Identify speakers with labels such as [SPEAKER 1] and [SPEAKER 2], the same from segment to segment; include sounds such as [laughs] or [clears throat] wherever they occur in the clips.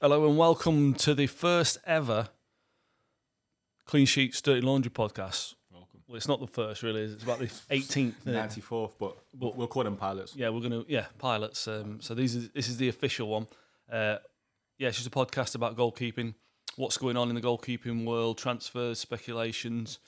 [SPEAKER 1] Hello and welcome to the first ever Clean Sheets Dirty Laundry podcast.
[SPEAKER 2] Welcome.
[SPEAKER 1] Well, it's not the first, really. Is it? It's about the 18th. isn't it?
[SPEAKER 2] 94th, but we'll, we'll call them pilots.
[SPEAKER 1] yeah, we're gonna yeah pilots. Um, so these is this is the official one. Uh, yeah, it's just a podcast about goalkeeping, what's going on in the goalkeeping world, transfers, speculations,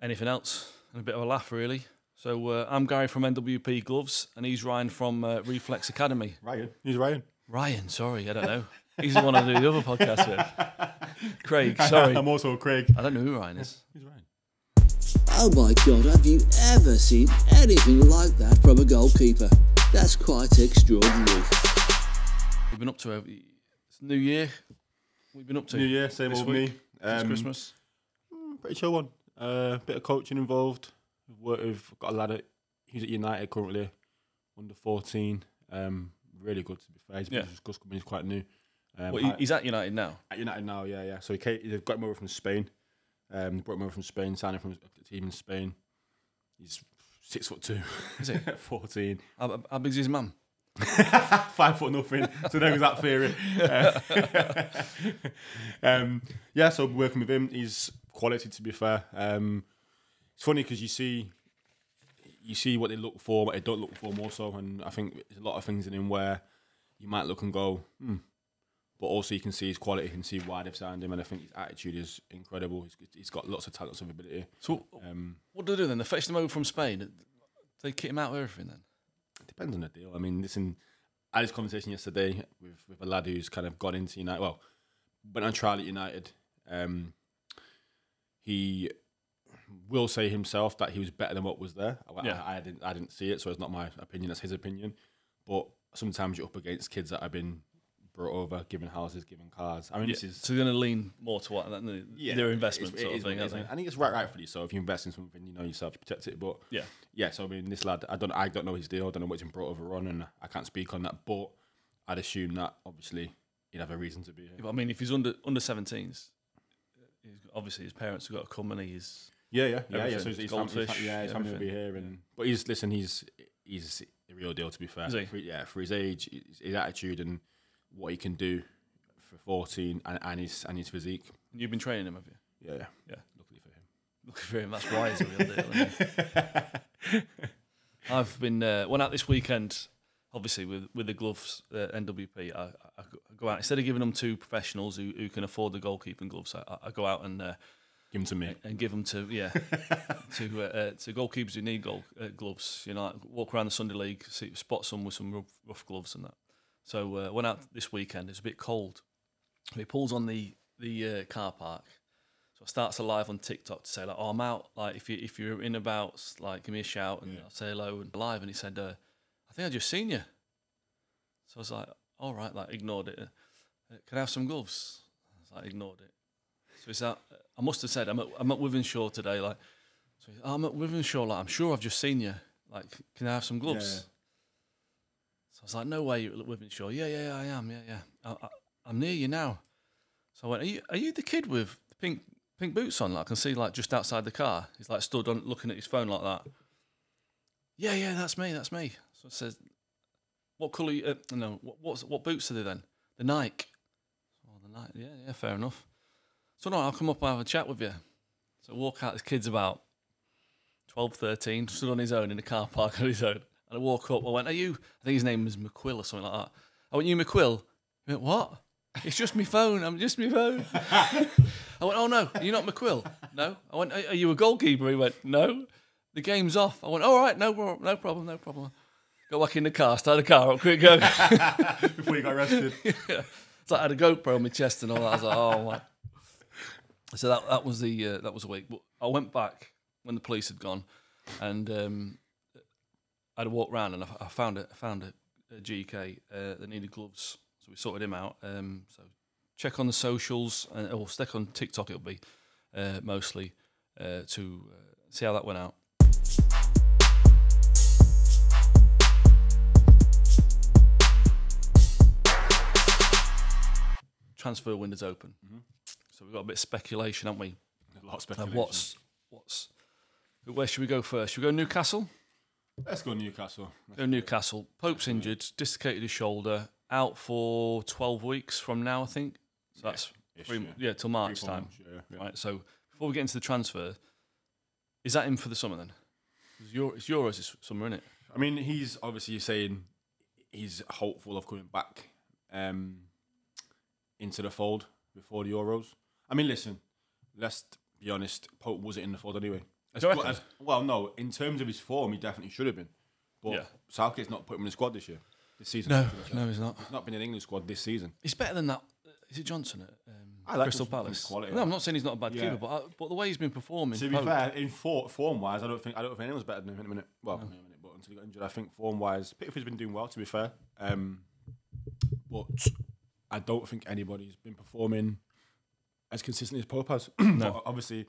[SPEAKER 1] anything else, and a bit of a laugh really. So uh, I'm Gary from NWP Gloves, and he's Ryan from uh, Reflex Academy.
[SPEAKER 2] Ryan. He's Ryan.
[SPEAKER 1] Ryan, sorry, I don't know. He's the one I do the other podcast with.
[SPEAKER 2] [laughs]
[SPEAKER 1] Craig, sorry,
[SPEAKER 2] I'm also Craig.
[SPEAKER 1] I don't know who Ryan is.
[SPEAKER 2] He's Ryan.
[SPEAKER 3] Oh my god, have you ever seen anything like that from a goalkeeper? That's quite extraordinary.
[SPEAKER 1] We've been up to a, it's New Year. We've been up to
[SPEAKER 2] New Year, same
[SPEAKER 1] This
[SPEAKER 2] old
[SPEAKER 1] week.
[SPEAKER 2] me.
[SPEAKER 1] It's
[SPEAKER 2] Um,
[SPEAKER 1] Christmas.
[SPEAKER 2] Pretty chill one. Uh, bit of coaching involved. Work with, got a lad at, he's at United currently, under 14. Um, really good to be fair. He's,
[SPEAKER 1] Yeah.
[SPEAKER 2] he's, just coming, he's quite new. Um,
[SPEAKER 1] Well, he,
[SPEAKER 2] I-
[SPEAKER 1] he's at United now.
[SPEAKER 2] at United now, yeah, yeah. So he came, they've got him over from Spain. Um, they brought him over from Spain, signed him from a team in Spain. He's six foot two. [laughs]
[SPEAKER 1] Is he?
[SPEAKER 2] 14.
[SPEAKER 1] How, how big's his mum?
[SPEAKER 2] [laughs] five foot nothing. So there was that theory. [laughs] Uh, um, yeah, so working with him, he's quality to be fair. Um, it's funny because you see, you see what they look for, what they don't look for more so, and I think there's a lot of things in him where you might look and go, hmm. but also you can see his quality, you can see why they've signed him, and I think his attitude is incredible. He's, he's got lots of talent, lots of ability.
[SPEAKER 1] So
[SPEAKER 2] Um,
[SPEAKER 1] what do they do then? They fetched him over from Spain. They kit him out of everything then.
[SPEAKER 2] depends on the deal. I mean, listen, I had this conversation yesterday with, with a lad who's kind of gone into United. Well, went on trial at United. Um, he will say himself that he was better than what was there. I, I-
[SPEAKER 1] Yeah.
[SPEAKER 2] I, didn't. I didn't see it, so it's not my opinion. That's his opinion. But sometimes you're up against kids that have been brought over, given houses, given cars. I mean, this is
[SPEAKER 1] So they're going to lean more to what than their investment
[SPEAKER 2] it's- it
[SPEAKER 1] sort of thing,
[SPEAKER 2] is what it
[SPEAKER 1] aren't
[SPEAKER 2] is,
[SPEAKER 1] they?
[SPEAKER 2] mate. I think it's right, rightfully so. If you invest in something, you know yourself, you protect it. But
[SPEAKER 1] Yeah.
[SPEAKER 2] yeah. So I mean, this lad, I don't, I don't know his deal. I don't know what's been brought over on, and I can't speak on that. But I'd assume that obviously he'd have a reason to be here.
[SPEAKER 1] If- I mean, if he's under under 17s, he's, obviously his parents have got to come and he's
[SPEAKER 2] Yeah, yeah, yeah, yeah.
[SPEAKER 1] Everything.
[SPEAKER 2] So he's, he's
[SPEAKER 1] Goldfish,
[SPEAKER 2] goldfish. Yeah, his family will be here, and but he's listen, he's he's the real deal. To be fair,
[SPEAKER 1] Is he?
[SPEAKER 2] For, yeah, for his age, his, his attitude, and what he can do for fourteen, and, and his and his physique.
[SPEAKER 1] you've been training him, have you? [laughs]
[SPEAKER 2] Yeah, yeah,
[SPEAKER 1] Yeah.
[SPEAKER 2] Luckily for him.
[SPEAKER 1] Look for him. That's why he's a real deal. isn't he?
[SPEAKER 2] [laughs]
[SPEAKER 1] I've been uh, went out this weekend. Obviously, with with the gloves, uh, NWP, I, I go- I go out instead of giving them to professionals who, who can afford the goalkeeping gloves. I, I- I go out and uh,
[SPEAKER 2] Give him to me.
[SPEAKER 1] and give them to yeah to uh, uh, to goalkeepers who need goal uh, gloves. You know, like walk around the Sunday league, see, spot some with some rough, rough gloves and that. So uh, went out this weekend. It's a bit cold. He pulls on the the uh, car park. So I start to live on TikTok to say like, oh, I'm out. Like if you if you're in about, like give me a shout and I'll say hello and live. And he said, uh, I think I just seen you. So I was like, all right, like ignored it. Uh, can I have some gloves? I was like, ignored it. So it's that I must have said I'm at I'm at Wivenshaw today. Like, so he's, "Oh, I'm at Wivenshaw. Like, I'm sure I've just seen you. Like, can I have some gloves?
[SPEAKER 2] Yeah.
[SPEAKER 1] So I was like, no way, you're at Wivenshaw. Yeah, yeah, yeah, I am. Yeah, yeah. I, I, I'm near you now. So I went, are you are you the kid with the pink pink boots on? Like, I can see like just outside the car. He's like stood on looking at his phone like that. Yeah, yeah, that's me, that's me. So it says, what colour? you- Uh, no, what what's, what boots are they then? The Nike. Oh, the Nike. Yeah, yeah, fair enough. So no, I'll come up and have a chat with you. So I walk out. This kid's about 12, 13, stood on his own in a car park on his own. And I walk up. I went, "Are you?" I think his name was McQuill or something like that. I went, "You McQuill?" He went, "What?" It's just my phone. I'm just my phone. [laughs] I went, "Oh no, you're not McQuill." No. I went, "Are are you a goalkeeper?" He went, "No." The game's off. I went, "All right, no, pro- no problem, no problem." Go back in the car. Start the car up. Quick, go.
[SPEAKER 2] Before you got arrested.
[SPEAKER 1] It's like I had a GoPro on my chest and all that. I was like, oh man. So that that was the uh, that was a week. But I went back when the police had gone, and um, I had a walk round and I, I found a I found a, a GK uh, that needed gloves, so we sorted him out. Um, so check on the socials and or stick on TikTok. It'll be uh, mostly uh, to uh, see how that went out. Transfer windows open, so we've got a bit of speculation, haven't we?
[SPEAKER 2] [laughs] a lot of
[SPEAKER 1] Of
[SPEAKER 2] speculation.
[SPEAKER 1] Uh, what's what's where should we go first? Should we go Newcastle?
[SPEAKER 2] Let's go Newcastle.
[SPEAKER 1] Go Newcastle. Pope's injured, dislocated his shoulder. out for twelve weeks from now, I think. So that's
[SPEAKER 2] Ish,
[SPEAKER 1] three,
[SPEAKER 2] yeah.
[SPEAKER 1] yeah, till March
[SPEAKER 2] Three, four
[SPEAKER 1] time.
[SPEAKER 2] months, yeah, yeah.
[SPEAKER 1] Right. So before we get into the transfer, is that him for the summer then? 'Cause Euro, it's Euros this summer, isn't it?
[SPEAKER 2] I mean, he's obviously saying he's hopeful of coming back um, into the fold before the Euros. I mean, listen, let's be honest. Pope wasn't in the fold anyway.
[SPEAKER 1] [laughs]
[SPEAKER 2] As,
[SPEAKER 1] Do you
[SPEAKER 2] well-
[SPEAKER 1] reckon?
[SPEAKER 2] as- well, no. In terms of his form, he definitely should have been. But
[SPEAKER 1] Yeah.
[SPEAKER 2] Southgate's not put him in the squad this year. This season,
[SPEAKER 1] no, he's not.
[SPEAKER 2] he's not been in the England squad this season.
[SPEAKER 1] He's better than that. uh, Is it Johnson at um,
[SPEAKER 2] I like
[SPEAKER 1] Crystal
[SPEAKER 2] his- his
[SPEAKER 1] Palace?
[SPEAKER 2] quality.
[SPEAKER 1] no, I'm not saying he's not a bad
[SPEAKER 2] Yeah.
[SPEAKER 1] keeper, but I, but the way he's been performing,
[SPEAKER 2] To be
[SPEAKER 1] Pope-
[SPEAKER 2] fair, in for, form wise, I don't think I don't think anyone's better than him in a minute. Well, in a minute, but until he got injured, I think form wise, Pickford's been doing well. To be fair, um, but I don't think anybody's been performing as consistently as Pope has. [clears throat] But obviously,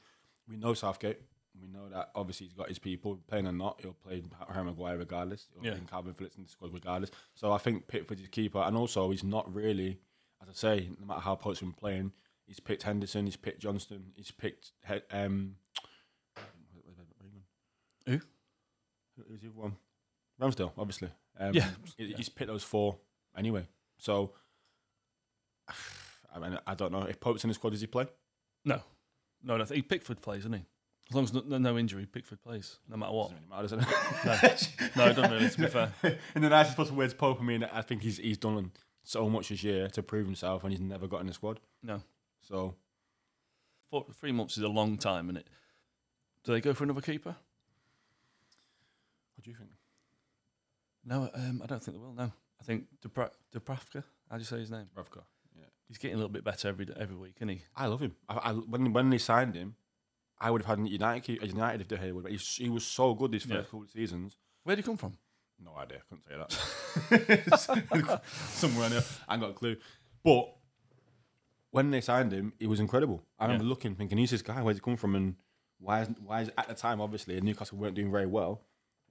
[SPEAKER 2] we know Southgate. We know that obviously he's got his people playing or not. He'll play Harry Maguire regardless. He'll
[SPEAKER 1] Yeah.
[SPEAKER 2] play Calvin Phillips in the squad regardless. So I think Pickford's his keeper, and also he's not really, as I say, no matter how Pope's been playing, he's picked Henderson, he's picked Johnston, he's picked he- um,
[SPEAKER 1] Who?
[SPEAKER 2] Who's the other one? Ramsdale, obviously. Um,
[SPEAKER 1] Yeah.
[SPEAKER 2] he- He's picked those four anyway. So, [sighs] I mean, I don't know. If Pope's in the squad, does he play?
[SPEAKER 1] no, no, no. He Pickford plays, isn't he? As long as no, no injury, Pickford plays, no matter what.
[SPEAKER 2] Doesn't really matter, does it?
[SPEAKER 1] [laughs] No, it doesn't really. [laughs] To be fair,
[SPEAKER 2] [laughs] in the nicest possible way, it's Pope. I mean, I think he's he's done so much this year to prove himself, and he's never got in the squad.
[SPEAKER 1] no.
[SPEAKER 2] So,
[SPEAKER 1] Four, three months is a long time, isn't it? Do they go for another keeper?
[SPEAKER 2] what do you think?
[SPEAKER 1] No, um, I don't think they will. No, I think Dubra- Dubravka. How do you say his name?
[SPEAKER 2] Ravka.
[SPEAKER 1] He's getting a little bit better every d- every week, isn't he?
[SPEAKER 2] I love him. I, I, when when they signed him, I would have had him at United keep- at United if they had him. He, was- he was so good these first
[SPEAKER 1] Yeah.
[SPEAKER 2] couple of seasons.
[SPEAKER 1] Where did he come from?
[SPEAKER 2] No idea. Couldn't say that. [laughs] Somewhere in there. I ain't got a clue. But when they signed him, he was incredible. I remember looking, thinking, "Who's this guy? Where's he come from? And why? Is, why is at the time obviously Newcastle weren't doing very well?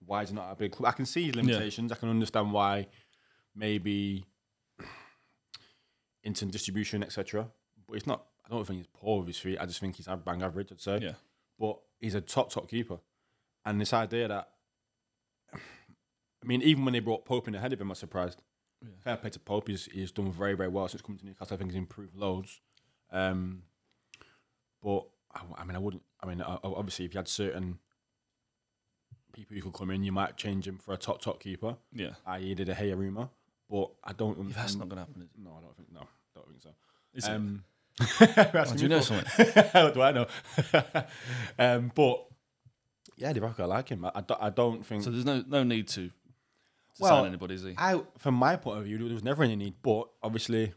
[SPEAKER 2] Why is he not a big club? I can see his limitations. I can understand why maybe in some distribution, etc. But it's not. I don't think he's poor with his feet. I just think he's a- bang average. I'd say.
[SPEAKER 1] Yeah.
[SPEAKER 2] But he's a top top keeper, and this idea that I mean, even when they brought Pope in ahead of him, I was surprised. Fair play to Pope. He's, he's done very, very well since coming to Newcastle. I think he's improved loads. Um, but, I, I mean, I wouldn't. I mean, o- o- obviously, if you had certain people you could come in, you might change him for a top, top keeper,
[SPEAKER 1] Yeah,
[SPEAKER 2] i.e., did a Hey Aruma. But I don't understand.
[SPEAKER 1] that's not going to happen. Is
[SPEAKER 2] No, I don't think, no, I don't think so.
[SPEAKER 1] it? Is it? [laughs]
[SPEAKER 2] Um,
[SPEAKER 1] Oh, do you know someone?
[SPEAKER 2] How do I know? [laughs] um, but, yeah, Dibaka, I like him. I, I, don't, I don't think.
[SPEAKER 1] So there's no no need to, to
[SPEAKER 2] Well,
[SPEAKER 1] sign anybody, is he?
[SPEAKER 2] I, from my point of view, there was never any need. But obviously,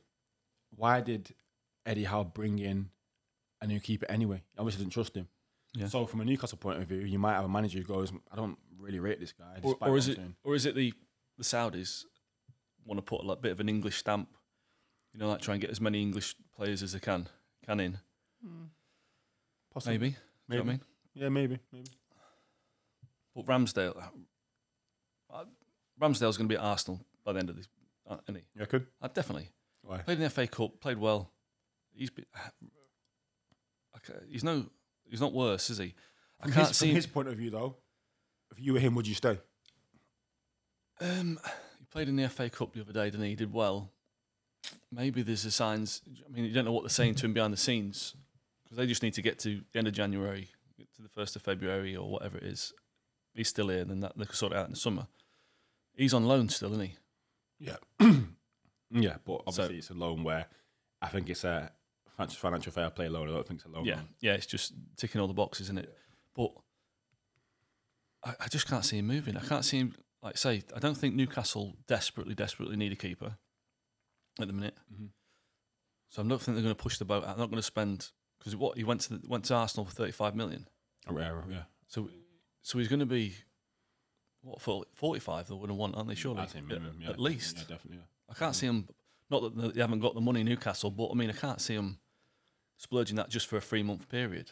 [SPEAKER 2] why did Eddie Howe bring in a new keeper anyway? Obviously, didn't trust him.
[SPEAKER 1] Yeah.
[SPEAKER 2] So, from a Newcastle point of view, you might have a manager who goes, "I don't really rate this guy."
[SPEAKER 1] or,
[SPEAKER 2] despite
[SPEAKER 1] or
[SPEAKER 2] what
[SPEAKER 1] is
[SPEAKER 2] I'm
[SPEAKER 1] it
[SPEAKER 2] saying."
[SPEAKER 1] or is it the the Saudis want to put a like, bit of an English stamp, you know, like try and get as many English players as they can can in,
[SPEAKER 2] Possibly.
[SPEAKER 1] maybe. Do you know what I
[SPEAKER 2] Maybe.
[SPEAKER 1] mean?
[SPEAKER 2] Yeah, maybe. Maybe.
[SPEAKER 1] But Ramsdale, uh, Ramsdale's going to be at Arsenal by the end of this, uh, isn't he?
[SPEAKER 2] You reckon?
[SPEAKER 1] Uh, definitely
[SPEAKER 2] Why?
[SPEAKER 1] played in the FA Cup, played well. He's [sighs] been, okay, he's no he's not worse, is he? I
[SPEAKER 2] From
[SPEAKER 1] can't
[SPEAKER 2] his,
[SPEAKER 1] see
[SPEAKER 2] from his point of view, though, if you were him, would you stay?
[SPEAKER 1] Um, he played in the FA Cup the other day, didn't he? He did well. Maybe there's the signs. I mean, you don't know what they're saying to him behind the scenes because they just need to get to the end of January, get to the first of February or whatever it is. He's still here, then that they can sort it out in the summer. He's on loan still, isn't he?
[SPEAKER 2] Yeah. yeah, but obviously it's a loan where I think it's a financial financial fair play loan. I don't think it's a loan.
[SPEAKER 1] Yeah,
[SPEAKER 2] loan.
[SPEAKER 1] yeah. It's just ticking all the boxes, isn't it? But I, I just can't see him moving. I can't see him. Like I say, I don't think Newcastle desperately, desperately need a keeper at the minute.
[SPEAKER 2] Mm-hmm.
[SPEAKER 1] So I don't think they're going to push the boat. out. They're not going to spend because what he went to the, went to Arsenal for thirty five million.
[SPEAKER 2] Aguero, yeah.
[SPEAKER 1] So so he's going to be what forty five. They wouldn't want, aren't they? Surely
[SPEAKER 2] I'd say minimum,
[SPEAKER 1] at,
[SPEAKER 2] yeah.
[SPEAKER 1] at least.
[SPEAKER 2] Yeah, definitely. Yeah.
[SPEAKER 1] I can't see him. Not that they haven't got the money, Newcastle, but I mean, I can't see him splurging that just for a three month period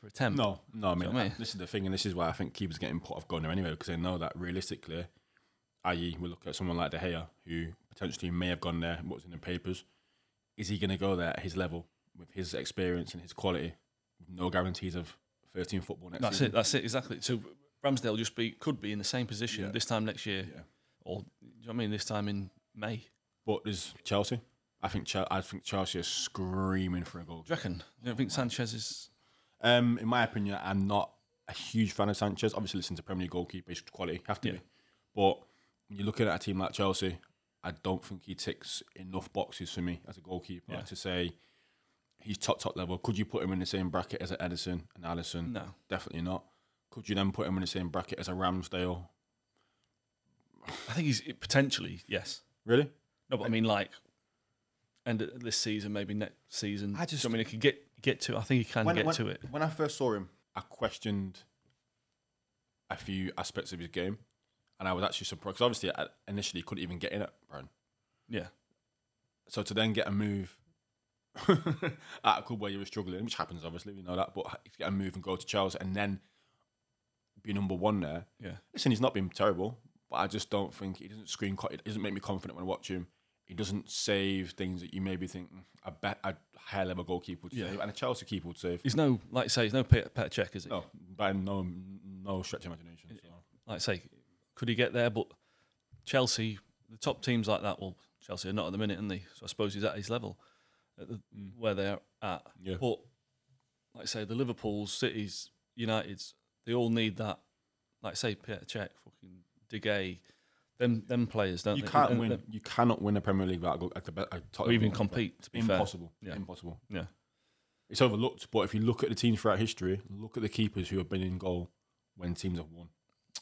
[SPEAKER 1] for a temp.
[SPEAKER 2] No, no, I mean,
[SPEAKER 1] what I mean?
[SPEAKER 2] this is the thing, and this is why I think keepers getting put off Gunner anyway, because they know that realistically, i.e., we look at someone like De Gea, who potentially may have gone there, what's in the papers. Is he going to go there at his level with his experience and his quality? No guarantees of 13 football next
[SPEAKER 1] That's
[SPEAKER 2] season.
[SPEAKER 1] it. That's it. Exactly. So Ramsdale just be could be in the same position
[SPEAKER 2] Yeah.
[SPEAKER 1] this time next year,
[SPEAKER 2] Yeah.
[SPEAKER 1] or do you know what I mean? This time in May,
[SPEAKER 2] But there's Chelsea. I think Chel- I think Chelsea are screaming for a goal.
[SPEAKER 1] you reckon? You don't think Sanchez is?
[SPEAKER 2] Um, in my opinion, I'm not a huge fan of Sanchez. Obviously, listen to Premier League goalkeeper, he's quality, have to be. But when you're looking at a team like Chelsea, I don't think he ticks enough boxes for me as a goalkeeper to say he's top top level. Could you put him in the same bracket as an Edison and Allison?
[SPEAKER 1] No.
[SPEAKER 2] definitely not. Could you then put him in the same bracket as a Ramsdale?
[SPEAKER 1] I think he's potentially yes.
[SPEAKER 2] Really?
[SPEAKER 1] No, but I mean like, end of this season, maybe next season.
[SPEAKER 2] I just-
[SPEAKER 1] Do you know what I mean, he could get get to. I think he can
[SPEAKER 2] when,
[SPEAKER 1] get
[SPEAKER 2] when-
[SPEAKER 1] to it.
[SPEAKER 2] When I first saw him, I questioned a few aspects of his game, and I was actually surprised because obviously I initially couldn't even get in at Brown.
[SPEAKER 1] Yeah.
[SPEAKER 2] So to then get a move [laughs] at a club where you were struggling, which happens obviously, we know that, but if you get a move and go to Chelsea and then be number one there,
[SPEAKER 1] Yeah.
[SPEAKER 2] listen, he's not been terrible, but I just don't think he doesn't screen. It doesn't make me confident when I watch him. He doesn't save things that you maybe think "Mm, a bet a higher level goalkeeper would
[SPEAKER 1] Yeah.
[SPEAKER 2] save, and a Chelsea keeper would save.
[SPEAKER 1] He's no like you say. He's no Peter, Petr Cech, is he?
[SPEAKER 2] No, by no no stretch of imagination. So.
[SPEAKER 1] Like I say, could he get there? But Chelsea, the top teams like that. Well, Chelsea are not at the minute, are they? So I suppose he's at his level, at the, where they're at.
[SPEAKER 2] Mm. Yeah.
[SPEAKER 1] But like I say, the Liverpool's, Cities, Uniteds, they all need that. Like I say, Peter Cech, fucking De Gea, them them players, don't
[SPEAKER 2] You
[SPEAKER 1] they?
[SPEAKER 2] can't
[SPEAKER 1] And-
[SPEAKER 2] win.
[SPEAKER 1] and-
[SPEAKER 2] You cannot win a Premier League without a, go- a, a, a top
[SPEAKER 1] Uh, Or even
[SPEAKER 2] level goalkeeper.
[SPEAKER 1] compete. To be fair.
[SPEAKER 2] Impossible.
[SPEAKER 1] Yeah.
[SPEAKER 2] Impossible.
[SPEAKER 1] Yeah.
[SPEAKER 2] It's overlooked, but if you look at the teams throughout history, look at the keepers who have been in goal when teams have won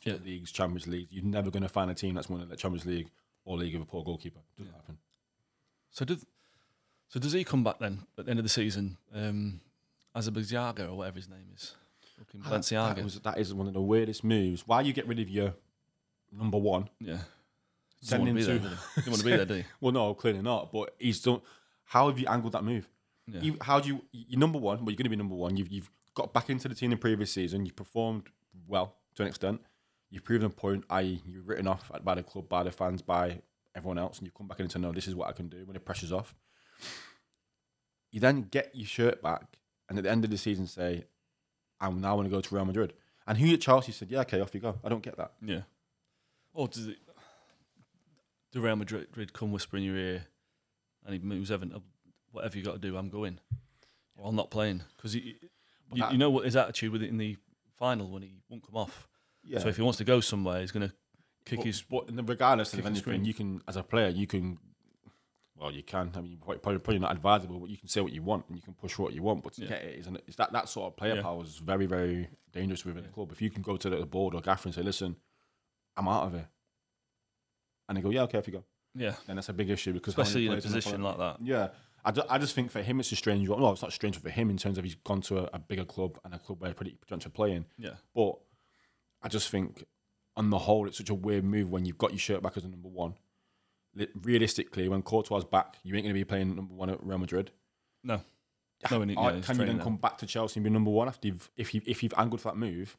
[SPEAKER 1] Yeah.
[SPEAKER 2] leagues, Champions League. You're never going to find a team that's won the Champions League or League of a poor goalkeeper. Doesn't happen.
[SPEAKER 1] So does so does he come back then at the end of the season? Um, Azabizyaga or whatever his name is, fucking
[SPEAKER 2] Ah, that-
[SPEAKER 1] Balenciaga.
[SPEAKER 2] That, was, that is one of the weirdest moves. Why you get rid of your number one?
[SPEAKER 1] yeah,
[SPEAKER 2] Send
[SPEAKER 1] Didn't wanna
[SPEAKER 2] him
[SPEAKER 1] be
[SPEAKER 2] to-
[SPEAKER 1] there, did he? Didn't want to be there, do [laughs] you?
[SPEAKER 2] Well, no, clearly not. But he's done. How have you angled that move?
[SPEAKER 1] Yeah.
[SPEAKER 2] You, how do you? You're number one. Well, you're going to be number one. You've you've got back into the team the previous season. You performed well to an extent. You've proven a point. I.e., you're written off by the club, by the fans, by everyone else, and you come back in to know this is what I can do when the pressure's off. You then get your shirt back, and at the end of the season, say, "I'm now going to go to Real Madrid." And who at Chelsea said, "Yeah, okay, off you go." I don't get that.
[SPEAKER 1] Yeah. Or does it? Do Real Madrid Madrid come whisper in your ear, and he moves Evan? "Oh, Whatever you got to do, I'm going. Or I'm not playing because you,
[SPEAKER 2] that-
[SPEAKER 1] you know what his attitude with it in the final when he won't come off.
[SPEAKER 2] Yeah.
[SPEAKER 1] So if he wants to go somewhere, he's going to kick
[SPEAKER 2] But-
[SPEAKER 1] his.
[SPEAKER 2] but n- regardless of
[SPEAKER 1] kick and
[SPEAKER 2] anything,
[SPEAKER 1] scream.
[SPEAKER 2] you can as a player, you can. Well, you can. I mean, you probably, probably probably not advisable, but you can say what you want and you can push what you want. But to
[SPEAKER 1] Yeah.
[SPEAKER 2] get it is an, it's that that sort of player
[SPEAKER 1] Yeah.
[SPEAKER 2] power is very very dangerous within the club. If you can go to the board or Gaffer and say, "Listen, I'm out of here," and they go, "Yeah, okay, if you go,"
[SPEAKER 1] Yeah,
[SPEAKER 2] then that's a big issue because how many
[SPEAKER 1] especially in a
[SPEAKER 2] players in the
[SPEAKER 1] position
[SPEAKER 2] player-
[SPEAKER 1] like that.
[SPEAKER 2] yeah. I, ju- I just think for him it's a strange one. No, it's not strange for him in terms of he's gone to a, a bigger club and a club where he pretty potential playing.
[SPEAKER 1] Yeah.
[SPEAKER 2] But I just think, on the whole, it's such a weird move when you've got your shirt back as a number one. Li- Realistically, when Courtois back, you ain't going to be playing number one at Real Madrid.
[SPEAKER 1] No. No, we need-
[SPEAKER 2] Are-
[SPEAKER 1] yeah, he's
[SPEAKER 2] can you then
[SPEAKER 1] training now.
[SPEAKER 2] come back to Chelsea and be number one after you've, if you if you've angled for that move?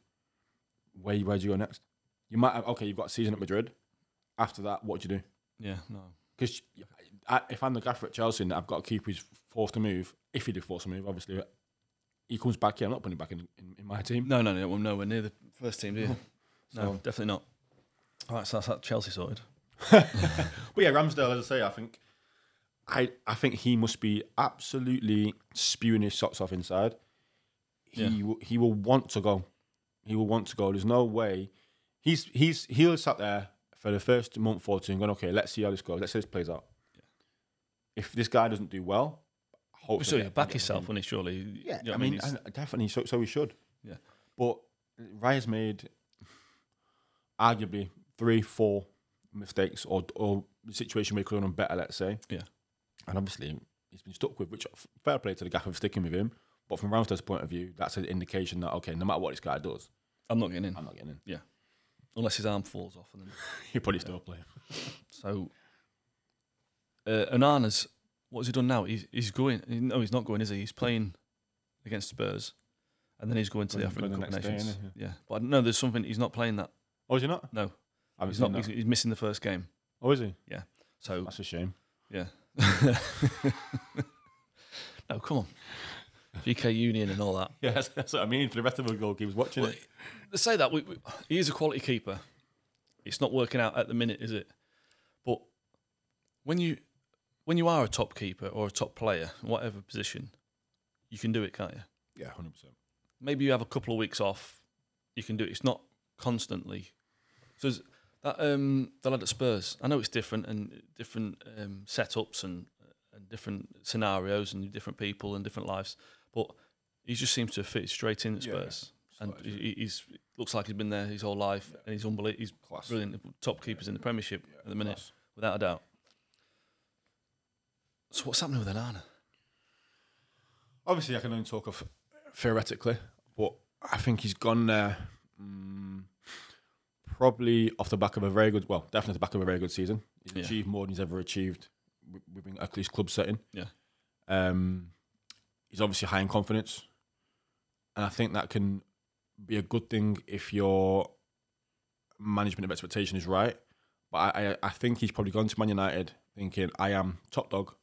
[SPEAKER 2] Where where do you go next? You might have okay. You've got a season at Madrid. After that, what do you do?
[SPEAKER 1] Yeah, no.
[SPEAKER 2] Because if I'm the gaffer at Chelsea and I've got a keeper who's forced to move, if he did force a move, obviously, he comes back here. I'm not putting him back in, in, in my team.
[SPEAKER 1] No, no, no. We're nowhere near the first team, do
[SPEAKER 2] [laughs]
[SPEAKER 1] you? No,
[SPEAKER 2] So-
[SPEAKER 1] definitely not. All right, so that's that Chelsea sorted.
[SPEAKER 2] But yeah, Ramsdale, as I say, I think I I think he must be absolutely spewing his socks off inside. He
[SPEAKER 1] Yeah.
[SPEAKER 2] will- he will want to go. He will want to go. There's no way. He's he's he'll have sat there for the first month or two and going, okay, let's see how this goes. Let's see how this plays out. If this guy doesn't do well, hopefully
[SPEAKER 1] So you
[SPEAKER 2] I'll
[SPEAKER 1] back
[SPEAKER 2] get
[SPEAKER 1] yourself,
[SPEAKER 2] him.
[SPEAKER 1] wouldn't he? Surely.
[SPEAKER 2] Yeah,
[SPEAKER 1] You know
[SPEAKER 2] I
[SPEAKER 1] what
[SPEAKER 2] mean,
[SPEAKER 1] He's-
[SPEAKER 2] and definitely. So, so we should.
[SPEAKER 1] Yeah.
[SPEAKER 2] But Raya's made arguably three, four mistakes or or situation where he could have done better. Let's say.
[SPEAKER 1] Yeah.
[SPEAKER 2] And obviously, he's been stuck with. Which f- fair play to the gaffer for sticking with him. But from Ramsdale's point of view, that's an indication that okay, no matter what this guy does,
[SPEAKER 1] I'm not getting in
[SPEAKER 2] I'm not getting in.
[SPEAKER 1] unless his arm falls off. And then.
[SPEAKER 2] [laughs] He probably still play.
[SPEAKER 1] So, uh, Anana's, what has he done now? He's, he's going. No, he's not going, is he? He's playing against Spurs, and then he's going to the
[SPEAKER 2] He's playing
[SPEAKER 1] African Cup
[SPEAKER 2] the
[SPEAKER 1] of
[SPEAKER 2] next day,
[SPEAKER 1] Nations.
[SPEAKER 2] isn't
[SPEAKER 1] yeah. but no, there's something. He's not playing that.
[SPEAKER 2] Oh, is he not?
[SPEAKER 1] No,
[SPEAKER 2] I haven't
[SPEAKER 1] he's
[SPEAKER 2] seen
[SPEAKER 1] not. He's,
[SPEAKER 2] that.
[SPEAKER 1] he's missing the first game.
[SPEAKER 2] Oh, is he?
[SPEAKER 1] So
[SPEAKER 2] That's a shame.
[SPEAKER 1] yeah. no, come
[SPEAKER 2] [laughs]
[SPEAKER 1] on. VK Union and all that.
[SPEAKER 2] [laughs] Yeah, that's, that's what I mean. For the rest of the goalkeepers watching
[SPEAKER 1] Well, to say that we, we, he is a quality keeper. It's not working out at the minute, is it? But when you when you are a top keeper or a top player, whatever position, you can do it, can't you?
[SPEAKER 2] Yeah, hundred percent.
[SPEAKER 1] Maybe you have a couple of weeks off. You can do it. It's not constantly. So is that um, the lad at Spurs, I know it's different and different um, setups and and different scenarios and different people and different lives, but he just seems to have fit straight in at
[SPEAKER 2] Yeah,
[SPEAKER 1] Spurs. And
[SPEAKER 2] Slightly.
[SPEAKER 1] he, he's looks like he's been there his whole life, and he's unbelievable. He's
[SPEAKER 2] Class.
[SPEAKER 1] brilliant, top keepers in the Premiership
[SPEAKER 2] Yeah,
[SPEAKER 1] at the minute
[SPEAKER 2] class.
[SPEAKER 1] without a doubt. So what's happening with Anana?
[SPEAKER 2] Obviously, I can only talk of theoretically, but I think he's gone there mm, probably off the back of a very good, well, definitely the back of a very good season. He's
[SPEAKER 1] Yeah.
[SPEAKER 2] achieved more than he's ever achieved wi- within at least club setting.
[SPEAKER 1] Yeah.
[SPEAKER 2] Um, he's obviously high in confidence, and I think that can be a good thing if your management of expectation is right. But I, I, I think he's probably gone to Man United thinking, I am top dog,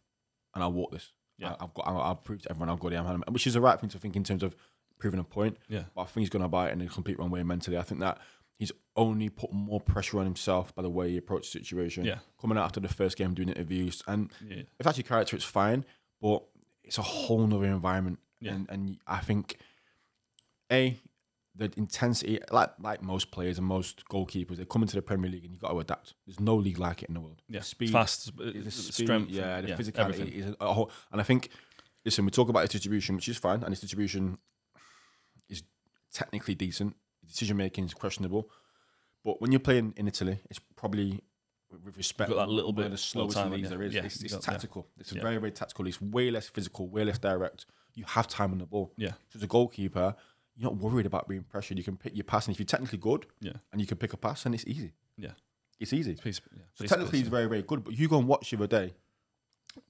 [SPEAKER 2] and I'll walk this.
[SPEAKER 1] Yeah.
[SPEAKER 2] I, I've got. I'll, I'll prove to everyone I've got the upper hand, which is the right thing to think in terms of proving a point.
[SPEAKER 1] Yeah.
[SPEAKER 2] But I think he's going to buy it in a complete wrong way mentally. I think that he's only put more pressure on himself by the way he approached the situation.
[SPEAKER 1] Yeah.
[SPEAKER 2] Coming out after the first game, doing interviews, and
[SPEAKER 1] Yeah.
[SPEAKER 2] if that's your character, it's fine. But it's a whole nother environment,
[SPEAKER 1] Yeah.
[SPEAKER 2] and and I think a the intensity, like like most players and most goalkeepers, they come into the Premier League and you have got to adapt. There's no league like it in the world.
[SPEAKER 1] Yeah.
[SPEAKER 2] Speed,
[SPEAKER 1] Fast, uh,
[SPEAKER 2] the speed,
[SPEAKER 1] strength.
[SPEAKER 2] yeah, the physicality
[SPEAKER 1] everything.
[SPEAKER 2] is a whole. And I think, listen, we talk about his distribution, which is fine, and his distribution is technically decent. Decision making is questionable, but when you're playing in Italy, it's probably with respect
[SPEAKER 1] Got that little
[SPEAKER 2] one
[SPEAKER 1] bit
[SPEAKER 2] of the
[SPEAKER 1] of
[SPEAKER 2] slowest
[SPEAKER 1] time on
[SPEAKER 2] leagues
[SPEAKER 1] you.
[SPEAKER 2] there is.
[SPEAKER 1] Yeah,
[SPEAKER 2] it's
[SPEAKER 1] you
[SPEAKER 2] it's
[SPEAKER 1] got- yeah.
[SPEAKER 2] tactical. It's
[SPEAKER 1] Yeah.
[SPEAKER 2] very very tactical. It's way less physical, way less direct. You have time on the ball.
[SPEAKER 1] Yeah.
[SPEAKER 2] So as a goalkeeper, you're not worried about being pressured. You can pick your pass, and if you're technically good,
[SPEAKER 1] Yeah.
[SPEAKER 2] and you can pick a pass, and it's easy.
[SPEAKER 1] Yeah.
[SPEAKER 2] It's easy.
[SPEAKER 1] Piece- yeah,
[SPEAKER 2] So
[SPEAKER 1] piece of
[SPEAKER 2] technically, he's
[SPEAKER 1] policy.
[SPEAKER 2] very, very good. But you go and watch the other day.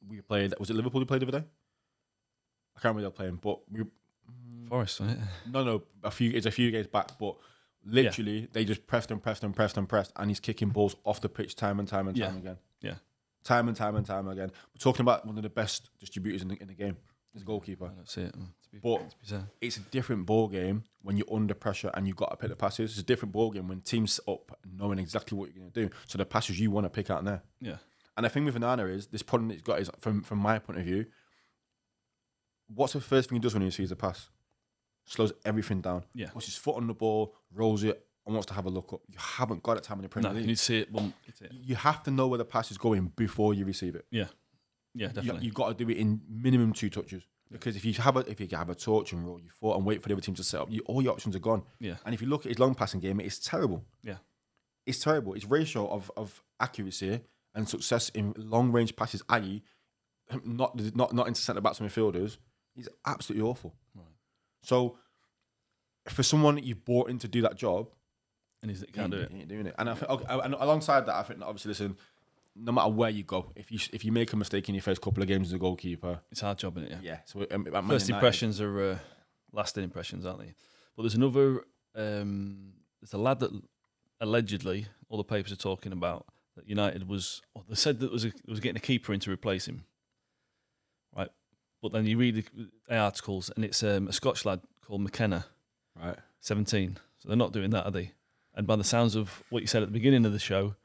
[SPEAKER 2] We played. Was it Liverpool we played the other day? I can't remember they were playing, but we
[SPEAKER 1] Forest, wasn't it?
[SPEAKER 2] no, no. A few. It's a few games back, but literally they just pressed and pressed and pressed and pressed, and he's kicking balls off the pitch time and time and time
[SPEAKER 1] Yeah.
[SPEAKER 2] again.
[SPEAKER 1] Yeah.
[SPEAKER 2] Time and time and time again. We're talking about one of the best distributors in the, in the game. He's a goalkeeper.
[SPEAKER 1] I don't see it. mm, To be,
[SPEAKER 2] But
[SPEAKER 1] to be fair.
[SPEAKER 2] it's a different ball game when you're under pressure and you've got to pick the passes. It's a different ball game when teams set up knowing exactly what you're going to do. So the passes you want to pick out there.
[SPEAKER 1] yeah,
[SPEAKER 2] And the thing with Anana is this problem that he's got is from from my point of view. What's the first thing he does when he sees a pass? Slows everything down.
[SPEAKER 1] Yeah.
[SPEAKER 2] Puts his foot on the ball, rolls it, and wants to have a look up. You haven't got that time in the Premier
[SPEAKER 1] no, you
[SPEAKER 2] League.
[SPEAKER 1] need to see it. Boom, hit it.
[SPEAKER 2] You have to know where the pass is going before you receive it.
[SPEAKER 1] Yeah, yeah,
[SPEAKER 2] You,
[SPEAKER 1] definitely.
[SPEAKER 2] you've got to do it in minimum two touches. Because if you have a if you have a torch and roll your foot and wait for the other team to set up, you, all your options are gone.
[SPEAKER 1] yeah,
[SPEAKER 2] And if you look at his long passing game, it's terrible.
[SPEAKER 1] yeah,
[SPEAKER 2] It's terrible. His ratio of, of accuracy and success in long range passes, i.e., not not not into centre backs and midfielders, is absolutely awful.
[SPEAKER 1] Right.
[SPEAKER 2] So, for someone that you bought in to do that job,
[SPEAKER 1] and he's, he can't do
[SPEAKER 2] he
[SPEAKER 1] it.
[SPEAKER 2] ain't- he ain't doing it. And I think, okay, and alongside that, I think obviously, listen, no matter where you go, if you if you make a mistake in your first couple of games as a goalkeeper,
[SPEAKER 1] It's a hard job, isn't it? Yeah.
[SPEAKER 2] yeah. So um, at Man
[SPEAKER 1] First
[SPEAKER 2] United-
[SPEAKER 1] impressions are uh, lasting impressions, aren't they? But there's another. Um, there's a lad that allegedly all the papers are talking about that United was. Well, they said that was a, was getting a keeper in to replace him, right? But then you read the- the articles, and it's um, a Scotch lad called McKenna,
[SPEAKER 2] right?
[SPEAKER 1] 17. So they're not doing that, are they? And by the sounds of what you said at the beginning of the show,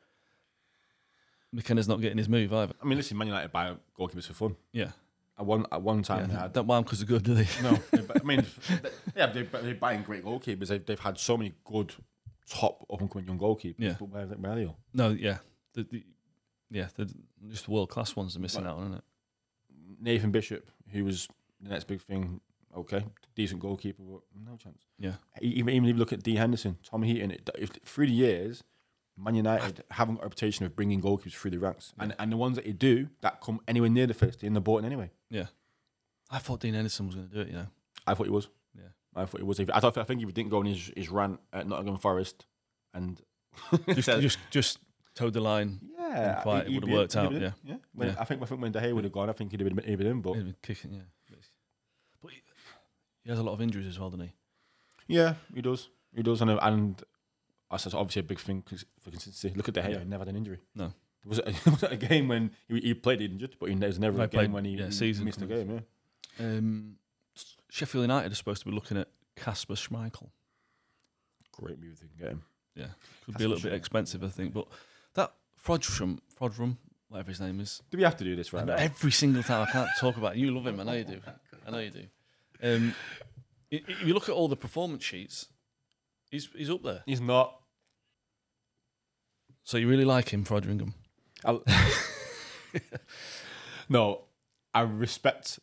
[SPEAKER 1] McKenna's not getting his move either.
[SPEAKER 2] I mean, listen, Man United buy goalkeepers for fun.
[SPEAKER 1] Yeah,
[SPEAKER 2] At one at one
[SPEAKER 1] yeah.
[SPEAKER 2] time, they had
[SPEAKER 1] don't buy because they're good, do they? [laughs]
[SPEAKER 2] No, they- but, I mean, [laughs] they- yeah, they, but they're buying great goalkeepers. They've, they've had so many good top up and coming young goalkeepers.
[SPEAKER 1] Yeah.
[SPEAKER 2] But where, where are they all?
[SPEAKER 1] No, yeah, the, the yeah, the just world class ones are missing
[SPEAKER 2] Right.
[SPEAKER 1] out on, isn't it?
[SPEAKER 2] Nathan Bishop, who was the next big thing, okay, decent goalkeeper, but no chance. E,
[SPEAKER 1] Yeah,
[SPEAKER 2] Even, even if you look at D Henderson, Tom Heaton, it, if, through the years, Man United haven't got a reputation of bringing goalkeepers through the ranks. And, and the ones that they do that come anywhere near the first team, they're bought in anyway.
[SPEAKER 1] yeah. I thought Dean Henderson was going to do it. You know,
[SPEAKER 2] I thought he was.
[SPEAKER 1] Yeah.
[SPEAKER 2] I thought he was. If- I, thought, I think if he didn't go on his, his rant at Nottingham Forest and.
[SPEAKER 1] [laughs] just just just towed the line.
[SPEAKER 2] [laughs] Yeah,
[SPEAKER 1] and quiet, it
[SPEAKER 2] he'd
[SPEAKER 1] would've
[SPEAKER 2] be-
[SPEAKER 1] worked
[SPEAKER 2] he'd
[SPEAKER 1] out,
[SPEAKER 2] be in.
[SPEAKER 1] yeah.
[SPEAKER 2] yeah. When-
[SPEAKER 1] Yeah.
[SPEAKER 2] I think I think when De Gea would have gone, I think he'd have been, he'd been in. But
[SPEAKER 1] He'd been kicking, yeah. But he, he has a lot of injuries as well, doesn't he?
[SPEAKER 2] yeah, he does. He does, and and that's that's obviously a big thing 'cause- for consistency. Look at De Gea;
[SPEAKER 1] Yeah.
[SPEAKER 2] he never had an injury.
[SPEAKER 1] No.
[SPEAKER 2] There was, a, [laughs] there was a game when he, he played injured, but he, there was never
[SPEAKER 1] No,
[SPEAKER 2] a
[SPEAKER 1] he
[SPEAKER 2] game
[SPEAKER 1] played,
[SPEAKER 2] when he,
[SPEAKER 1] yeah,
[SPEAKER 2] he
[SPEAKER 1] season
[SPEAKER 2] missed a
[SPEAKER 1] coming.
[SPEAKER 2] game. Yeah,
[SPEAKER 1] Um, Sheffield United are supposed to be looking at Casper Schmeichel.
[SPEAKER 2] great move if they can get him.
[SPEAKER 1] Could be a little bit expensive, I think. But that Frodrum, Frodrum, whatever his name is.
[SPEAKER 2] Do we have to do this right
[SPEAKER 1] And
[SPEAKER 2] now?
[SPEAKER 1] every single time I can't talk about it. You love him, I know you
[SPEAKER 2] [laughs]
[SPEAKER 1] do.
[SPEAKER 2] Oh,
[SPEAKER 1] I know you do. Um, i- i- if you look at all the performance sheets, he's he's up there.
[SPEAKER 2] He's not.
[SPEAKER 1] So you really like him, Froderingham. [laughs]
[SPEAKER 2] I- no, I respect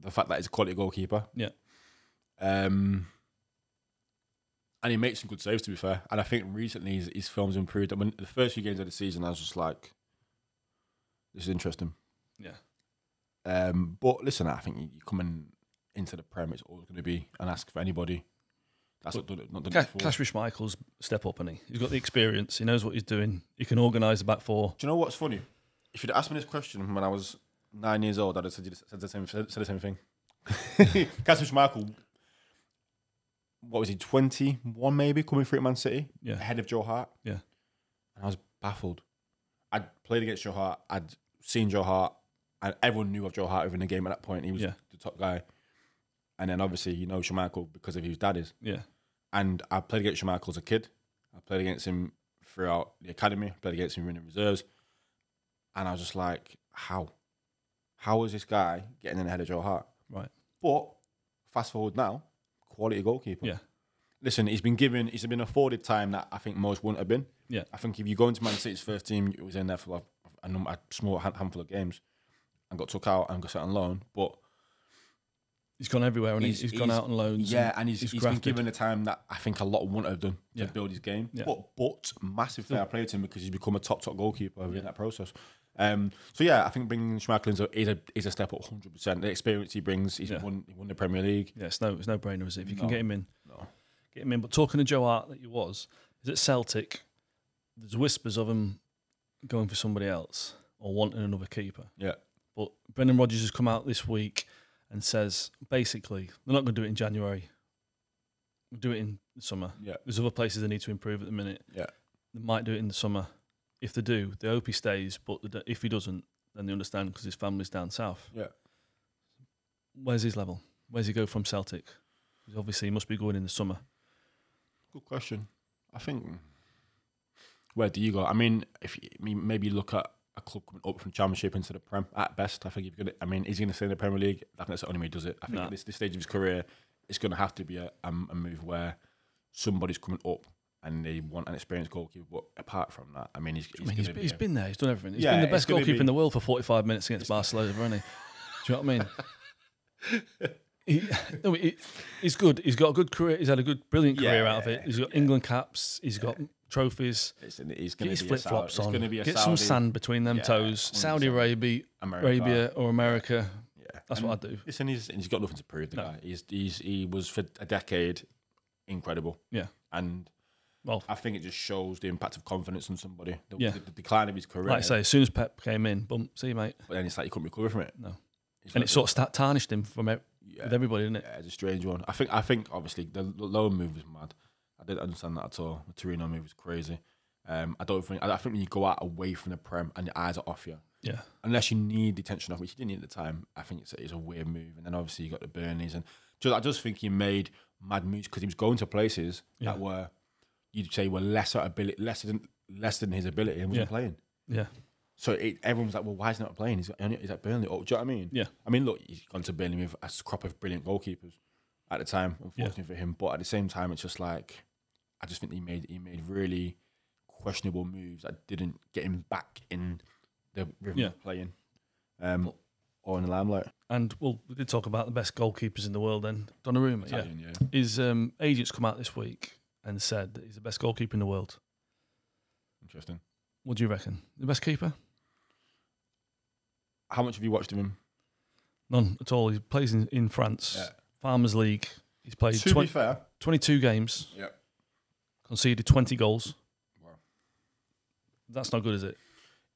[SPEAKER 2] the fact that he's a quality goalkeeper.
[SPEAKER 1] Yeah.
[SPEAKER 2] Um, and he makes some good saves, to be fair. And I think recently his, his film's improved. I mean, the first few games of the season, I was just like, this is interesting.
[SPEAKER 1] Yeah.
[SPEAKER 2] Um, but listen, I think you coming into the Prem, it's always going to be an ask for anybody. That's not done it, not done
[SPEAKER 1] Ca-
[SPEAKER 2] it before.
[SPEAKER 1] Cash Michael's step up, and he he's got the experience. He knows what he's doing. He can organise the back four.
[SPEAKER 2] Do you know what's funny? If you'd asked me this question when I was nine years old, I'd have said, said, the, same, said the same thing. [laughs] Casper Schmeichel, what was he, 21 maybe, coming through at Man City,
[SPEAKER 1] Yeah.
[SPEAKER 2] ahead of Joe Hart.
[SPEAKER 1] Yeah.
[SPEAKER 2] And I was baffled. I'd played against Joe Hart, I'd seen Joe Hart, and everyone knew of Joe Hart within the game at that point. He was
[SPEAKER 1] Yeah.
[SPEAKER 2] the top guy. And then obviously, you know Schmeichel because of who his dad is
[SPEAKER 1] Yeah.
[SPEAKER 2] and I played against Schmeichel as a kid. I played against him throughout the academy. Played against him in the reserves, and I was just like, "How? How is this guy getting in ahead of Joe Hart?"
[SPEAKER 1] Right.
[SPEAKER 2] But fast forward now, quality goalkeeper.
[SPEAKER 1] Yeah.
[SPEAKER 2] Listen, he's been given, he's been afforded time that I think most wouldn't have been.
[SPEAKER 1] Yeah.
[SPEAKER 2] I think if you go into Man City's first team, it was in there for like a, number, a small hand- handful of games, and got took out and got set on loan. But
[SPEAKER 1] He's gone everywhere, and he's,
[SPEAKER 2] He's-
[SPEAKER 1] he's gone
[SPEAKER 2] he's-
[SPEAKER 1] out on loans.
[SPEAKER 2] Yeah, and he's,
[SPEAKER 1] he's
[SPEAKER 2] he's been
[SPEAKER 1] grafted.
[SPEAKER 2] given the time that I think a lot wouldn't have done
[SPEAKER 1] Yeah.
[SPEAKER 2] to build his game.
[SPEAKER 1] Yeah.
[SPEAKER 2] But but massive fair play to him because he's become a top top goalkeeper in that process. Um, so yeah, I think bringing Schmeichel in is a is a step up, hundred percent. The experience he brings, he's
[SPEAKER 1] Yeah.
[SPEAKER 2] won he won the Premier League.
[SPEAKER 1] Yeah, it's no, it's no brainer, is it? If you can
[SPEAKER 2] No,
[SPEAKER 1] get him in,
[SPEAKER 2] no.
[SPEAKER 1] get him in. But talking to Joe Hart that he was, is it Celtic? There's whispers of him going for somebody else or wanting another keeper.
[SPEAKER 2] Yeah,
[SPEAKER 1] But Brendan Rodgers has come out this week and says basically they're not going to do it in January. We'll do it in the summer.
[SPEAKER 2] Yeah.
[SPEAKER 1] There's other places they need to improve at the minute.
[SPEAKER 2] Yeah.
[SPEAKER 1] They might do it in the summer. If they do, they hope he stays. But they don't- if he doesn't, then they understand because his family's down south.
[SPEAKER 2] Yeah.
[SPEAKER 1] Where's his level? Where's he go from Celtic? 'Cause obviously, he must be going in the summer.
[SPEAKER 2] good question. I think where do you go? I mean, if you, I mean, maybe look at a club coming up from Championship into the Prem at best. I think you're gonna. I mean, is he gonna stay in the Premier League? I think that's the only way he does it. I think
[SPEAKER 1] No.
[SPEAKER 2] at this, this stage of his career, it's gonna have to be a, a, a move where somebody's coming up and they want an experienced goalkeeper. But apart from that, I mean, he's,
[SPEAKER 1] I
[SPEAKER 2] he's,
[SPEAKER 1] mean, he's,
[SPEAKER 2] gonna
[SPEAKER 1] he's
[SPEAKER 2] be a-
[SPEAKER 1] been there. He's done everything. He's
[SPEAKER 2] Yeah,
[SPEAKER 1] been the
[SPEAKER 2] it's
[SPEAKER 1] best
[SPEAKER 2] gonna
[SPEAKER 1] goalkeeper
[SPEAKER 2] be-
[SPEAKER 1] in the world for 45 minutes against Barcelona, hasn't he? Do you know what I mean?
[SPEAKER 2] [laughs]
[SPEAKER 1] He, no, he, he's good. He's got a good career. He's had a good, brilliant career out of it. He's got England caps. He's got trophies.
[SPEAKER 2] It's, he's
[SPEAKER 1] Get
[SPEAKER 2] gonna
[SPEAKER 1] his
[SPEAKER 2] be a
[SPEAKER 1] flip
[SPEAKER 2] Saudi-
[SPEAKER 1] flops
[SPEAKER 2] It's
[SPEAKER 1] on.
[SPEAKER 2] gonna be a
[SPEAKER 1] Get some
[SPEAKER 2] Saudi,
[SPEAKER 1] sand between them
[SPEAKER 2] Yeah,
[SPEAKER 1] toes. Saudi
[SPEAKER 2] 100%.
[SPEAKER 1] Arabia,
[SPEAKER 2] America.
[SPEAKER 1] Arabia or America.
[SPEAKER 2] Yeah.
[SPEAKER 1] That's
[SPEAKER 2] And
[SPEAKER 1] what I do.
[SPEAKER 2] Listen, he's, he's got nothing to prove. The
[SPEAKER 1] No.
[SPEAKER 2] guy. He's, he's he was for a decade incredible.
[SPEAKER 1] Yeah.
[SPEAKER 2] and
[SPEAKER 1] Well,
[SPEAKER 2] I think it just shows the impact of confidence on somebody. The,
[SPEAKER 1] Yeah.
[SPEAKER 2] the, the decline of his career.
[SPEAKER 1] like I say, as soon as Pep came in, boom, see you, mate.
[SPEAKER 2] but then it's like you couldn't recover from it.
[SPEAKER 1] No.
[SPEAKER 2] He's
[SPEAKER 1] And
[SPEAKER 2] gonna-
[SPEAKER 1] it sort of start tarnished him from e-
[SPEAKER 2] yeah,
[SPEAKER 1] with everybody, didn't it?
[SPEAKER 2] yeah, it's a strange one. I think I think obviously the l- loan move was mad. I didn't understand that at all. The Torino move was crazy. Um, I don't think I, I think when you go out away from the prem and your eyes are off you,
[SPEAKER 1] Yeah.
[SPEAKER 2] unless you need the tension off, which you didn't need at the time, I think it's, it's a weird move. And then obviously you got the Burnies, and just, I just think he made mad moves because he was going to places
[SPEAKER 1] Yeah.
[SPEAKER 2] that were you'd say were lesser ability, lesser than less than his ability, and wasn't
[SPEAKER 1] Yeah.
[SPEAKER 2] playing.
[SPEAKER 1] Yeah.
[SPEAKER 2] So it, everyone was like, "Well, why is he not playing? He's, only- he's at Burnley." Oh, do you know what I mean?
[SPEAKER 1] Yeah.
[SPEAKER 2] I mean, look, he's gone to Burnley with a crop of brilliant goalkeepers at the time. Unfortunately for him, but at the same time, it's just like I just think he made he made really questionable moves that didn't get him back in the rhythm
[SPEAKER 1] Yeah.
[SPEAKER 2] of playing, um, or in the limelight.
[SPEAKER 1] And well, we did talk about the best goalkeepers in the world then. Donnarumma, yeah.
[SPEAKER 2] Italian, yeah.
[SPEAKER 1] His um, agents come out this week and said that he's the best goalkeeper in the world.
[SPEAKER 2] Interesting.
[SPEAKER 1] What do you reckon? The best keeper?
[SPEAKER 2] How much have you watched of him?
[SPEAKER 1] None at all. He plays in, in France, Farmers League. He's played
[SPEAKER 2] To be
[SPEAKER 1] twen-
[SPEAKER 2] fair,
[SPEAKER 1] 22 games,
[SPEAKER 2] yeah.
[SPEAKER 1] conceded 20 goals.
[SPEAKER 2] Wow.
[SPEAKER 1] That's not good, is it?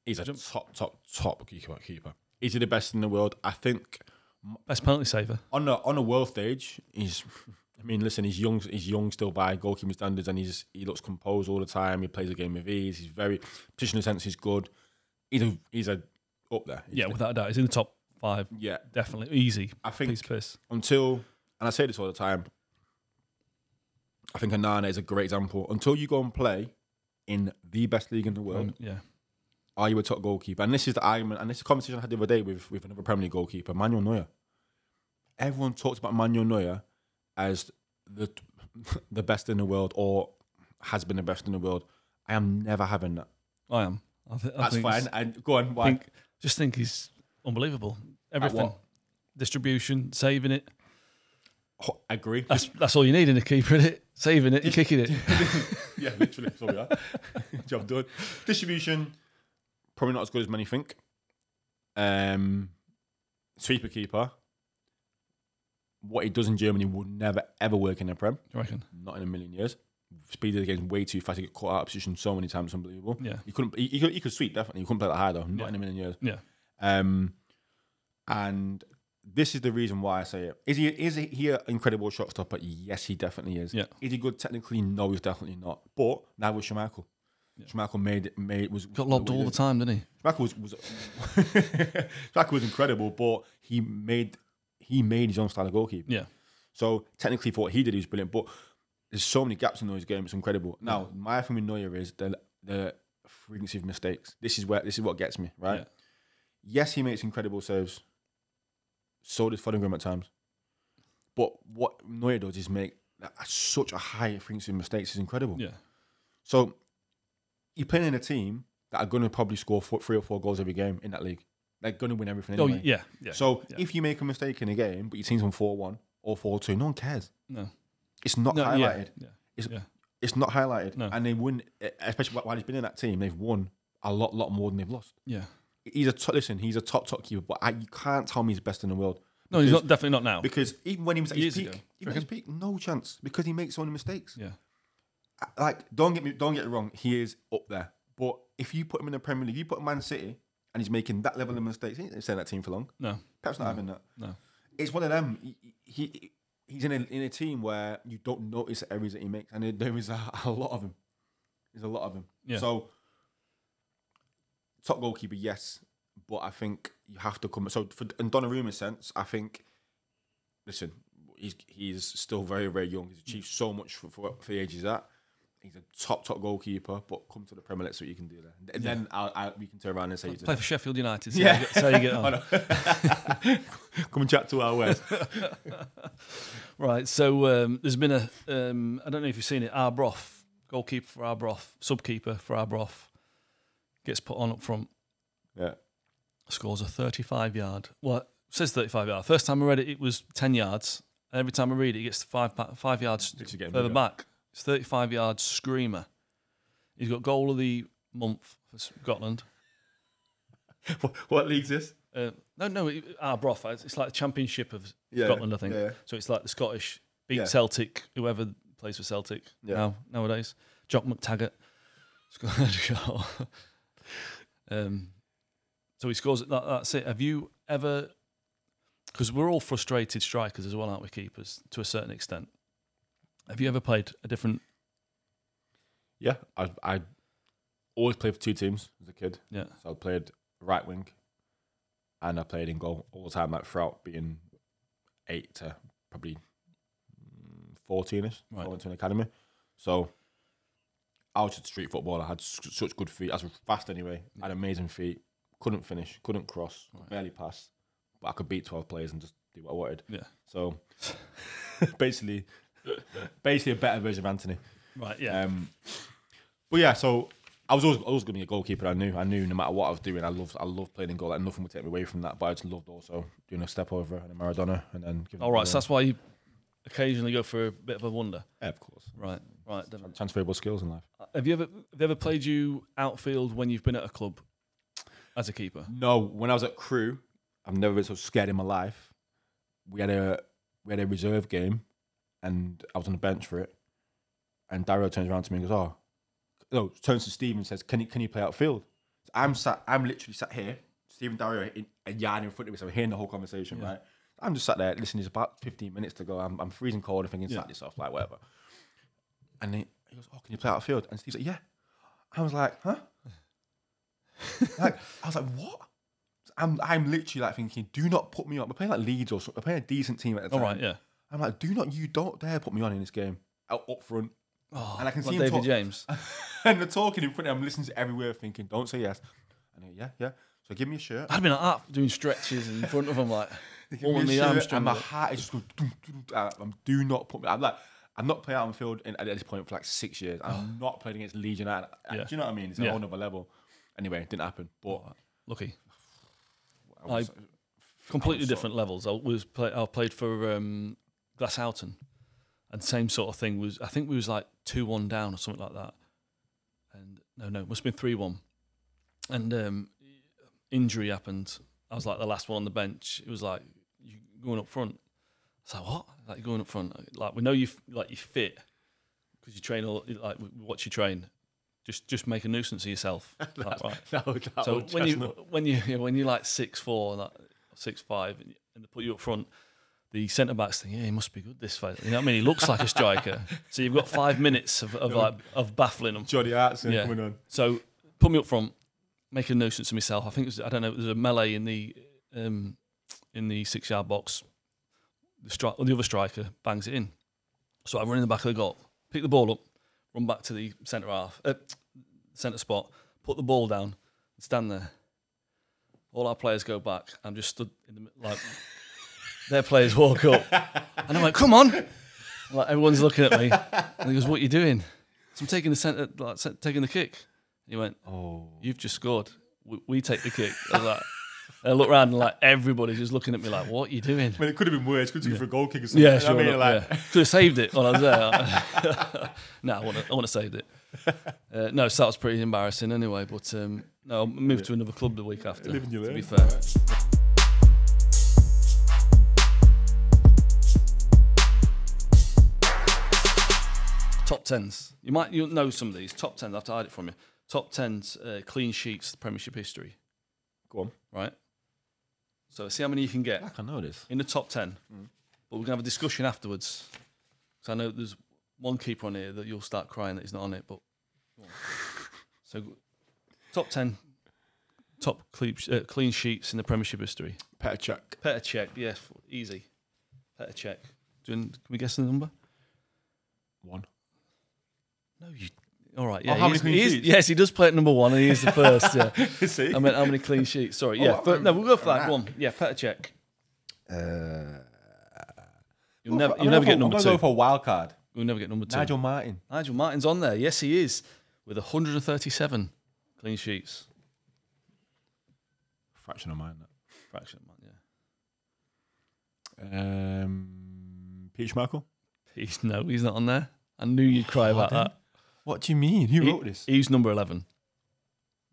[SPEAKER 2] He's a top, top, top keeper. keeper. Is he the best in the world? I think
[SPEAKER 1] Best penalty saver.
[SPEAKER 2] on a on a world stage, he's. I mean, listen, he's young. He's young still by goalkeeping standards, and he's he looks composed all the time. He plays the game with ease. He's very positional sense. He's good. He's a he's a up there. He's
[SPEAKER 1] Yeah,
[SPEAKER 2] the-
[SPEAKER 1] without a doubt. He's in the top five.
[SPEAKER 2] yeah.
[SPEAKER 1] Definitely. Easy.
[SPEAKER 2] I think
[SPEAKER 1] Please piss.
[SPEAKER 2] until and I say this all the time. I think Anana is a great example. Until you go and play in the best league in the world,
[SPEAKER 1] Um, Yeah.
[SPEAKER 2] are you a top goalkeeper? And this is the argument, and this is a conversation I had the other day with, with another Premier League goalkeeper, Manuel Neuer. Everyone talks about Manuel Neuer as the [laughs] the best in the world or has been the best in the world. I am never having that.
[SPEAKER 1] I am. I th- I
[SPEAKER 2] That's
[SPEAKER 1] think he's-
[SPEAKER 2] fine. And go on, why?
[SPEAKER 1] think, just think he's unbelievable. Everything,
[SPEAKER 2] what?
[SPEAKER 1] distribution, saving it.
[SPEAKER 2] Ho- I agree. [laughs]
[SPEAKER 1] That's that's all you need in a keeper, is it? Saving it, and kicking it.
[SPEAKER 2] yeah, literally. Sorry, that. [laughs] job done. Distribution, probably not as good as many think. Um, sweeper keeper. What he does in Germany will never ever work in the Prem.
[SPEAKER 1] You reckon?
[SPEAKER 2] Not in a million years. Speed of the game is way too fast. He got caught out of position so many times. Unbelievable.
[SPEAKER 1] Yeah.
[SPEAKER 2] He couldn't. He, he could, he could sweep definitely. He couldn't play that high though. Not
[SPEAKER 1] Yeah.
[SPEAKER 2] in a million years.
[SPEAKER 1] Yeah.
[SPEAKER 2] Um, and this is the reason why I say it. Is he is he an incredible shot stopper? Yes, he definitely is.
[SPEAKER 1] Yeah.
[SPEAKER 2] Is he good technically? No, he's definitely not. But now with Schmeichel, Schmeichel made it. Made was
[SPEAKER 1] Got lobbed all the time, didn't he?
[SPEAKER 2] Schmeichel was was [laughs] Schmeichel was incredible, but he made he made his own style of goalkeeper.
[SPEAKER 1] Yeah.
[SPEAKER 2] So technically, for what he did, he was brilliant. But there's so many gaps in those games. It's incredible. Now, my thing with Neuer is the the frequency of mistakes. This is where this is what gets me. Right?
[SPEAKER 1] Yeah.
[SPEAKER 2] Yes, he makes incredible saves. So does Fodengram at times. But what Neuer does is make that- uh, such a high frequency of mistakes. is incredible.
[SPEAKER 1] Yeah.
[SPEAKER 2] So you're playing in a team that are going to probably score four, three or four goals every game in that league. They're going to win everything.
[SPEAKER 1] Oh
[SPEAKER 2] Anyway.
[SPEAKER 1] yeah. Yeah.
[SPEAKER 2] So
[SPEAKER 1] yeah.
[SPEAKER 2] if you make a mistake in a game, but your team's on four one or four two, no one cares.
[SPEAKER 1] no.
[SPEAKER 2] It's not
[SPEAKER 1] No. Yeah.
[SPEAKER 2] highlighted.
[SPEAKER 1] yeah.
[SPEAKER 2] It's,
[SPEAKER 1] Yeah.
[SPEAKER 2] it's not highlighted.
[SPEAKER 1] No.
[SPEAKER 2] And they win, especially while he's been in that team, they've won a lot, lot more than they've lost.
[SPEAKER 1] Yeah.
[SPEAKER 2] He's a top, listen, he's a top, top keeper, but I, you can't tell me he's best in the world.
[SPEAKER 1] No, he's not definitely not now.
[SPEAKER 2] Because even when he was at
[SPEAKER 1] Years
[SPEAKER 2] his
[SPEAKER 1] ago.
[SPEAKER 2] peak, even at his peak, no chance because he makes so many mistakes.
[SPEAKER 1] Yeah.
[SPEAKER 2] I- Like, don't get me, don't get it wrong, he is up there. But if you put him in the Premier League, you put Man City, and he's making that level of mistakes, he ain't staying at that team for long.
[SPEAKER 1] No.
[SPEAKER 2] Pep's not having that.
[SPEAKER 1] No.
[SPEAKER 2] It's one of them. He, he he's in a in a team where you don't notice the errors that he makes, and there is a, [laughs] a lot of them. There's a lot of them.
[SPEAKER 1] Yeah.
[SPEAKER 2] So top goalkeeper, yes, but I think you have to come. So for in Donnarumma's sense, I think listen, he's he's still very very young. He's achieved so much for for, for the age he's at. He's a top top goalkeeper, but come to the Premier. Let's see what you can do there. And then I'll, I, we can turn around and say you did
[SPEAKER 1] Play for Sheffield United.
[SPEAKER 2] Yeah.
[SPEAKER 1] yeah. You get, so you
[SPEAKER 2] [laughs]
[SPEAKER 1] get on.
[SPEAKER 2] Come and chat to
[SPEAKER 1] [laughs]
[SPEAKER 2] our West.
[SPEAKER 1] Right. So um, there's been a. Um, I don't know if you've seen it. Arbroath, goalkeeper for Arbroath, subkeeper for Arbroath, gets put on up front,
[SPEAKER 2] yeah.
[SPEAKER 1] scores a 35 yard. Well, it says 35 yard. First time I read it, it was 10 yards. And every time I read it, it gets five pa- five yards
[SPEAKER 2] It's getting
[SPEAKER 1] further
[SPEAKER 2] bigger.
[SPEAKER 1] back. It's 35 yard screamer. He's got goal of the month for Scotland.
[SPEAKER 2] What, what league's this?
[SPEAKER 1] Uh, no, no, it- Arbroath. It's it's like the championship of
[SPEAKER 2] Yeah,
[SPEAKER 1] Scotland, I think.
[SPEAKER 2] yeah.
[SPEAKER 1] So it's like the Scottish beat
[SPEAKER 2] Yeah.
[SPEAKER 1] Celtic, whoever plays for Celtic
[SPEAKER 2] Yeah.
[SPEAKER 1] now nowadays. Jock McTaggart [laughs] scored a goal. um, so he scores. That, that's it. Have you ever? Because we're all frustrated strikers as well, aren't we? Keepers to a certain extent. Have you ever played a different?
[SPEAKER 2] Yeah, I, I always played for two teams as a kid.
[SPEAKER 1] Yeah,
[SPEAKER 2] So I played right wing, and I played in goal all the time. Like throughout being eight to probably mm, fourteen-ish.
[SPEAKER 1] Right.
[SPEAKER 2] I went to an academy, so I was just a street footballer. I had s- such good feet. I was fast anyway. I had amazing feet. Couldn't finish. Couldn't cross. Could barely pass. But I could beat twelve players and just do what I wanted.
[SPEAKER 1] yeah,
[SPEAKER 2] So [laughs] basically, basically a better version of Anthony.
[SPEAKER 1] right, yeah,
[SPEAKER 2] Um, but yeah, so I was always, always going to be a goalkeeper. I knew, I knew, no matter what I was doing, I loved, I loved playing in goal. Like nothing would take me away from that. But I just loved also doing a step over and a Maradona, and then giving
[SPEAKER 1] all right. So that's why you occasionally go for a bit of a wonder,
[SPEAKER 2] yeah, of course,
[SPEAKER 1] right? Right. then.
[SPEAKER 2] transferable skills in life.
[SPEAKER 1] Have you ever have you ever played you outfield when you've been at a club as a keeper?
[SPEAKER 2] No, when I was at Crew, I've never been so scared in my life. We had a we had a reserve game, and I was on the bench for it. And Dario turns around to me and goes, "Oh, no!" Turns to Steve and says, "Can you can you play outfield?" So I'm sat. I'm literally sat here. Steve and Dario are in, a yard in front of me, so we're hearing the whole conversation, right? I'm just sat there listening. It's about 15 minutes to go. I'm, I'm freezing cold and thinking, sat this off, like whatever. And he, he goes, "Oh, can you play outfield?" And Steve's like, "Yeah." I was like,
[SPEAKER 1] [laughs]
[SPEAKER 2] "Huh?" like I was like, "What?" I'm I'm literally like thinking, do not put me on. We're playing like Leeds or something. We're playing a decent team at the
[SPEAKER 1] All
[SPEAKER 2] time.
[SPEAKER 1] right, yeah.
[SPEAKER 2] I'm like, do not you don't dare put me on in this game out up front. [laughs]
[SPEAKER 1] Oh,
[SPEAKER 2] And I can
[SPEAKER 1] like
[SPEAKER 2] see him
[SPEAKER 1] David
[SPEAKER 2] talk-
[SPEAKER 1] James.
[SPEAKER 2] and they're talking in front. of me. I'm listening to everywhere, thinking, don't say yes. And he, yeah, yeah. So give me a shirt.
[SPEAKER 1] I'd been like that, doing stretches in front of him, like
[SPEAKER 2] Give me
[SPEAKER 1] warming
[SPEAKER 2] a
[SPEAKER 1] the
[SPEAKER 2] shirt,
[SPEAKER 1] arm
[SPEAKER 2] and
[SPEAKER 1] strong.
[SPEAKER 2] my heart is just going. Dum, dum, dum, and I'm do not put me. I'm like. I'm not playing out on the field in, at this point for like six years. I'm
[SPEAKER 1] [sighs]
[SPEAKER 2] not playing against Legion. And, and-
[SPEAKER 1] Yeah.
[SPEAKER 2] Do you know what I mean? It's a
[SPEAKER 1] Yeah.
[SPEAKER 2] whole nother level. Anyway, it didn't happen. But
[SPEAKER 1] Lucky.
[SPEAKER 2] [laughs] I was,
[SPEAKER 1] I- completely
[SPEAKER 2] was sort
[SPEAKER 1] different levels. I was play, I played for um, Glass and same sort of thing was I think we was like two one down or something like that, and no no must have been three one, and um, injury happened. I was like the last one on the bench. It was like you going up front. I was like what? Like you're going up front? Like we know you f- like you fit because you train all like we watch you train. Just just make a nuisance of yourself. Like, right
[SPEAKER 2] that was- that
[SPEAKER 1] so
[SPEAKER 2] was
[SPEAKER 1] Uh, when you
[SPEAKER 2] chestnut.
[SPEAKER 1] when you [laughs] yeah, when you're like six four and like six five and they put you up front, the centre backs think, yeah, he must be good this fight. You know what I mean? He looks like a striker. so you've got five minutes of, of like of baffling them.
[SPEAKER 2] Johnny Artson
[SPEAKER 1] Yeah.
[SPEAKER 2] coming on.
[SPEAKER 1] So put me up front, make a nuisance of myself. I think it was, I don't know. There's a melee in the um, in the six yard box. The stri- or the other striker bangs it in. So I run in the back of the goal, pick the ball up, run back to the centre half, uh, centre spot, put the ball down, and stand there. All our players go back. I'm just stood in the mid- like their players walk up, and I'm like, "Come on!" Like everyone's looking at me, and he goes, "What are you doing?" So I'm taking the centre, like se- taking the kick. He went,
[SPEAKER 2] Oh.
[SPEAKER 1] "You've just scored. We, we take the kick." I was like, and I look around and like everybody's just looking at me like, "What are you doing?"
[SPEAKER 2] I mean, it could have been worse. Could have been for a goal kick or something.
[SPEAKER 1] Yeah,
[SPEAKER 2] You know
[SPEAKER 1] sure.
[SPEAKER 2] what I mean,
[SPEAKER 1] look,
[SPEAKER 2] like,
[SPEAKER 1] yeah. Could have saved it while I was there. [laughs] no, I want to. I want to save
[SPEAKER 2] [laughs]
[SPEAKER 1] it. Uh, no, so that was pretty embarrassing anyway. But um, no, I moved to another club the week after.
[SPEAKER 2] Live and you
[SPEAKER 1] to be
[SPEAKER 2] learn.
[SPEAKER 1] fair, top tens. You might you know some of these top tens. I have to hide it from you. Top tens uh, clean sheets Premiership history.
[SPEAKER 2] Go on.
[SPEAKER 1] Right. So see how many you can get
[SPEAKER 2] I know this.
[SPEAKER 1] in the top 10. But we're going to have a discussion afterwards. Because I know there's one keeper on here that you'll start crying that he's not on it. But [laughs] So, top 10, top clean, uh, clean sheets in the Premiership history.
[SPEAKER 2] Petr Cech.
[SPEAKER 1] Petr Cech, yeah, f- easy. Petr Cech. Do you, can we guess the number?
[SPEAKER 2] One. [laughs]
[SPEAKER 1] No, you. All right, yeah.
[SPEAKER 2] Oh, how
[SPEAKER 1] he is-
[SPEAKER 2] many
[SPEAKER 1] he is-
[SPEAKER 2] clean sheets?
[SPEAKER 1] yes, he does play at number one and he is the first,
[SPEAKER 2] [laughs]
[SPEAKER 1] yeah.
[SPEAKER 2] See?
[SPEAKER 1] I meant how many clean sheets, sorry.
[SPEAKER 2] Oh,
[SPEAKER 1] Yeah,
[SPEAKER 2] I-
[SPEAKER 1] but no, we'll go for that
[SPEAKER 2] alright.
[SPEAKER 1] one. Yeah, Petr Cech.
[SPEAKER 2] Uh,
[SPEAKER 1] You'll never, you'll never get number
[SPEAKER 2] I'm going to go
[SPEAKER 1] two.
[SPEAKER 2] for a wild card.
[SPEAKER 1] You'll never get number two.
[SPEAKER 2] Nigel Martin.
[SPEAKER 1] Nigel Martin's on there. Yes, he is. With 137 clean sheets.
[SPEAKER 2] Fraction of mine.
[SPEAKER 1] Fraction of that, yeah.
[SPEAKER 2] Um, Peach Markle.
[SPEAKER 1] He's, no, he's not on there. I knew you'd
[SPEAKER 2] Oh,
[SPEAKER 1] cry about that.
[SPEAKER 2] What do you mean? Who
[SPEAKER 1] He-
[SPEAKER 2] wrote this?
[SPEAKER 1] He's number 11.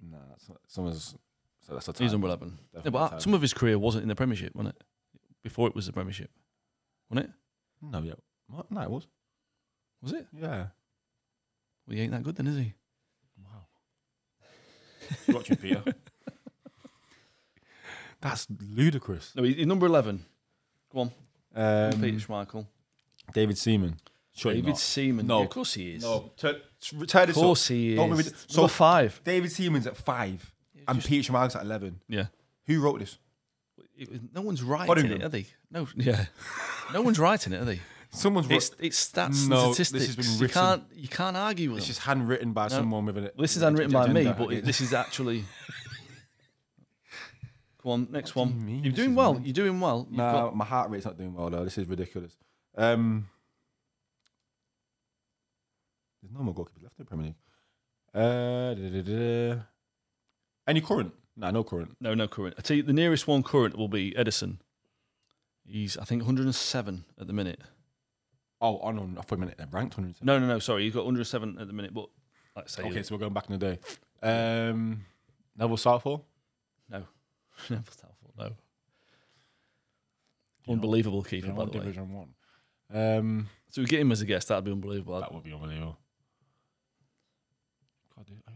[SPEAKER 2] nah, that's not, someone's. So that's a
[SPEAKER 1] He's
[SPEAKER 2] time.
[SPEAKER 1] number 11. Yeah,
[SPEAKER 2] Definitely
[SPEAKER 1] but
[SPEAKER 2] time.
[SPEAKER 1] some of his career wasn't in the Premiership, wasn't it? Before it was the Premiership. Wasn't it?
[SPEAKER 2] No, yeah. What? No, it was.
[SPEAKER 1] uh, Was it?
[SPEAKER 2] Yeah.
[SPEAKER 1] Well, he ain't that good then, is he?
[SPEAKER 2] Wow. you watching, Peter? [laughs] that's ludicrous.
[SPEAKER 1] No, he- he's number 11. Go on,
[SPEAKER 2] Um,
[SPEAKER 1] Peter Schmeichel.
[SPEAKER 2] David Seaman. Surely
[SPEAKER 1] David
[SPEAKER 2] not.
[SPEAKER 1] Seaman.
[SPEAKER 2] No.
[SPEAKER 1] Yeah, of course he is.
[SPEAKER 2] No, turn, retire
[SPEAKER 1] Of
[SPEAKER 2] this
[SPEAKER 1] course
[SPEAKER 2] up.
[SPEAKER 1] he
[SPEAKER 2] Don't be
[SPEAKER 1] is.
[SPEAKER 2] ridic-
[SPEAKER 1] So
[SPEAKER 2] So
[SPEAKER 1] five.
[SPEAKER 2] David Seaman's at five, and Peter Schmeichel at eleven.
[SPEAKER 1] Yeah.
[SPEAKER 2] Who wrote this?
[SPEAKER 1] It was- No one's right in
[SPEAKER 2] Fotheringham.
[SPEAKER 1] it, are they? No,
[SPEAKER 2] [laughs]
[SPEAKER 1] yeah. No one's right in it, are they?
[SPEAKER 2] Someone's wrote.
[SPEAKER 1] It's it's stats
[SPEAKER 2] No,
[SPEAKER 1] and
[SPEAKER 2] this has
[SPEAKER 1] statistics.
[SPEAKER 2] been
[SPEAKER 1] you
[SPEAKER 2] written.
[SPEAKER 1] can't you can't argue with
[SPEAKER 2] It's
[SPEAKER 1] them.
[SPEAKER 2] just handwritten by someone with an.
[SPEAKER 1] Well, this is
[SPEAKER 2] with an
[SPEAKER 1] unwritten by me,
[SPEAKER 2] agenda.
[SPEAKER 1] but it- this is actually. Come on, next
[SPEAKER 2] What do
[SPEAKER 1] one.
[SPEAKER 2] you mean
[SPEAKER 1] You are
[SPEAKER 2] this
[SPEAKER 1] doing
[SPEAKER 2] is
[SPEAKER 1] well.
[SPEAKER 2] mine?
[SPEAKER 1] You're doing well. You've
[SPEAKER 2] [laughs] Nah,
[SPEAKER 1] got
[SPEAKER 2] my heart rate's not doing well though. This is ridiculous. Um, there's no more goalkeepers left in the Premier League. Uh, da-da-da-da. Any current? Nah, no current.
[SPEAKER 1] no no current. I tell you, the nearest one current will be Edison. He's I think 107 at the minute.
[SPEAKER 2] Oh, on on for a minute. They're ranked 107.
[SPEAKER 1] No no no. Sorry, he's got 107 at the minute. But like I say, [laughs]
[SPEAKER 2] Okay, so we're going back in the day. Um, Neville Southall.
[SPEAKER 1] no, Neville Southall, no. Unbelievable keeper,
[SPEAKER 2] Division
[SPEAKER 1] by
[SPEAKER 2] one,
[SPEAKER 1] the way.
[SPEAKER 2] Division One. Um,
[SPEAKER 1] So we get him as a guest. That'd be unbelievable.
[SPEAKER 2] that would be unbelievable. God, dude, I-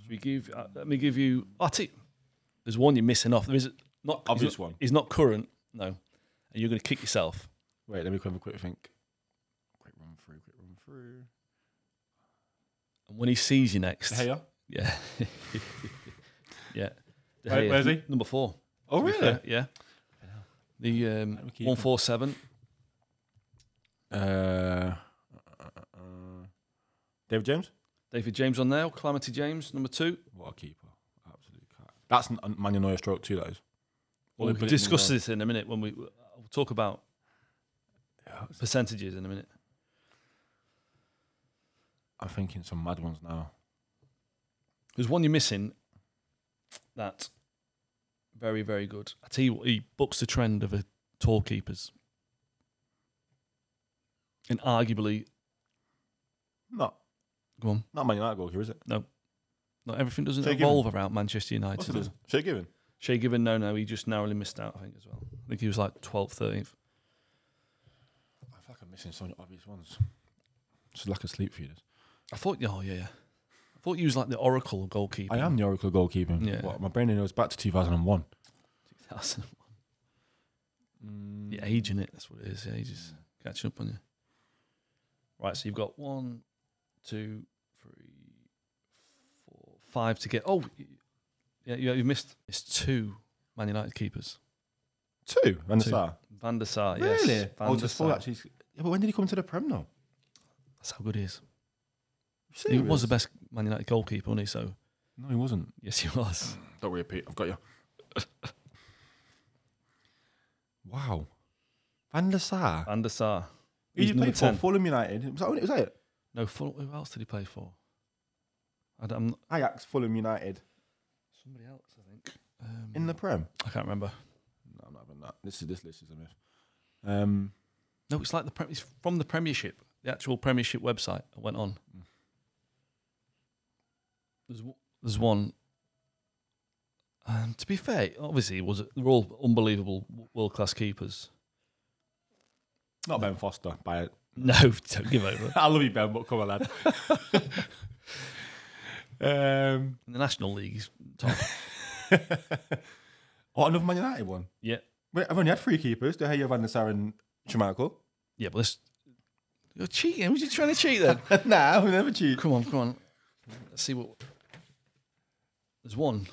[SPEAKER 1] Should we give? Uh, let me give you. I tell you, there's one you're missing off. There is not he's
[SPEAKER 2] Obvious
[SPEAKER 1] not-
[SPEAKER 2] one.
[SPEAKER 1] He's not current. No, and you're going to kick yourself.
[SPEAKER 2] Wait, let me have a quick think. Quick run through. Quick run through.
[SPEAKER 1] And when he sees you next,
[SPEAKER 2] Hey, yeah.
[SPEAKER 1] yeah, [laughs] yeah. De
[SPEAKER 2] Where-
[SPEAKER 1] Gea,
[SPEAKER 2] where's he?
[SPEAKER 1] n- Number four.
[SPEAKER 2] Oh,
[SPEAKER 1] to be
[SPEAKER 2] really?
[SPEAKER 1] fair, Yeah. The um,
[SPEAKER 2] Let me keep him.
[SPEAKER 1] one four seven.
[SPEAKER 2] Uh, uh, uh, uh, David James.
[SPEAKER 1] David James on there. Calamity James, number two.
[SPEAKER 2] What a keeper! That's N- N- Man United stroke too. That is.
[SPEAKER 1] We'll
[SPEAKER 2] Olympic
[SPEAKER 1] discuss
[SPEAKER 2] Manoir.
[SPEAKER 1] this in a minute when we we'll talk about percentages in a minute.
[SPEAKER 2] I'm thinking some mad ones now.
[SPEAKER 1] There's one you're missing. That very very good. I tell you what, he bucks the trend of a tall keepers, and arguably,
[SPEAKER 2] Not
[SPEAKER 1] go on.
[SPEAKER 2] not Man United goalkeeper, is it?
[SPEAKER 1] Not everything doesn't
[SPEAKER 2] Shea Given.
[SPEAKER 1] revolve around Manchester
[SPEAKER 2] What's
[SPEAKER 1] United.
[SPEAKER 2] it?
[SPEAKER 1] does
[SPEAKER 2] is?
[SPEAKER 1] it?
[SPEAKER 2] Shea Given.
[SPEAKER 1] Shea Given, no, no, he just narrowly missed out. I think as well. I think he was like 12th, 13th.
[SPEAKER 2] I feel like I'm missing some obvious ones. It's lack of sleep for you. This.
[SPEAKER 1] I thought, oh yeah, yeah. I thought you was like the Oracle goalkeeper. [laughs]
[SPEAKER 2] I am the Oracle of goalkeeping.
[SPEAKER 1] Yeah.
[SPEAKER 2] What, my brain goes back to 2001.
[SPEAKER 1] That's
[SPEAKER 2] Mm.
[SPEAKER 1] the age in it. That's what it is. The age is catching up on you. Right, so you've got one, two, three, four, five to get. Oh, y- yeah, you, you missed. It's two Man United keepers.
[SPEAKER 2] Two. Van der
[SPEAKER 1] Two.
[SPEAKER 2] Sar.
[SPEAKER 1] Van der Sar, yes.
[SPEAKER 2] Really? I
[SPEAKER 1] Van
[SPEAKER 2] was
[SPEAKER 1] der
[SPEAKER 2] just thought
[SPEAKER 1] Sar.
[SPEAKER 2] Oh, actually. Yeah, but when did he come to the Prem though?
[SPEAKER 1] That's how good he is. He
[SPEAKER 2] Serious?
[SPEAKER 1] was the best Man United goalkeeper, wasn't he? So,
[SPEAKER 2] No, he wasn't.
[SPEAKER 1] yes, he was.
[SPEAKER 2] Don't worry, Pete. I've got you. [laughs] wow. Van der Sar.
[SPEAKER 1] Van der Sar.
[SPEAKER 2] Who did
[SPEAKER 1] He's
[SPEAKER 2] he play
[SPEAKER 1] number
[SPEAKER 2] for?
[SPEAKER 1] 10.
[SPEAKER 2] Fulham United. Was that, was that it?
[SPEAKER 1] No, Full, who else did he play for? I don't, I'm,
[SPEAKER 2] Ajax, Fulham United.
[SPEAKER 1] somebody else, I think. Um,
[SPEAKER 2] In the Prem?
[SPEAKER 1] I can't remember.
[SPEAKER 2] No, I'm not having that. This is this list is a myth. Um,
[SPEAKER 1] No, it's like the pre- it's from the Premiership, the actual Premiership website. I went on. There's w- there's one. Um, to be fair, obviously, it was they're all unbelievable world class keepers.
[SPEAKER 2] not Ben Foster. By it.
[SPEAKER 1] No, [laughs] don't give over.
[SPEAKER 2] [laughs] I love you, Ben, but come on, lad. [laughs] um,
[SPEAKER 1] In the National League, he's top.
[SPEAKER 2] oh, another Man United one.
[SPEAKER 1] [laughs] yeah,
[SPEAKER 2] Wait, I've only had three keepers. Do you Van der Sar and Schmeichel?
[SPEAKER 1] yeah, but this you're cheating. Was you trying to cheat then?
[SPEAKER 2] [laughs] nah, we never cheat.
[SPEAKER 1] come on, come on. Let's see what. There's one.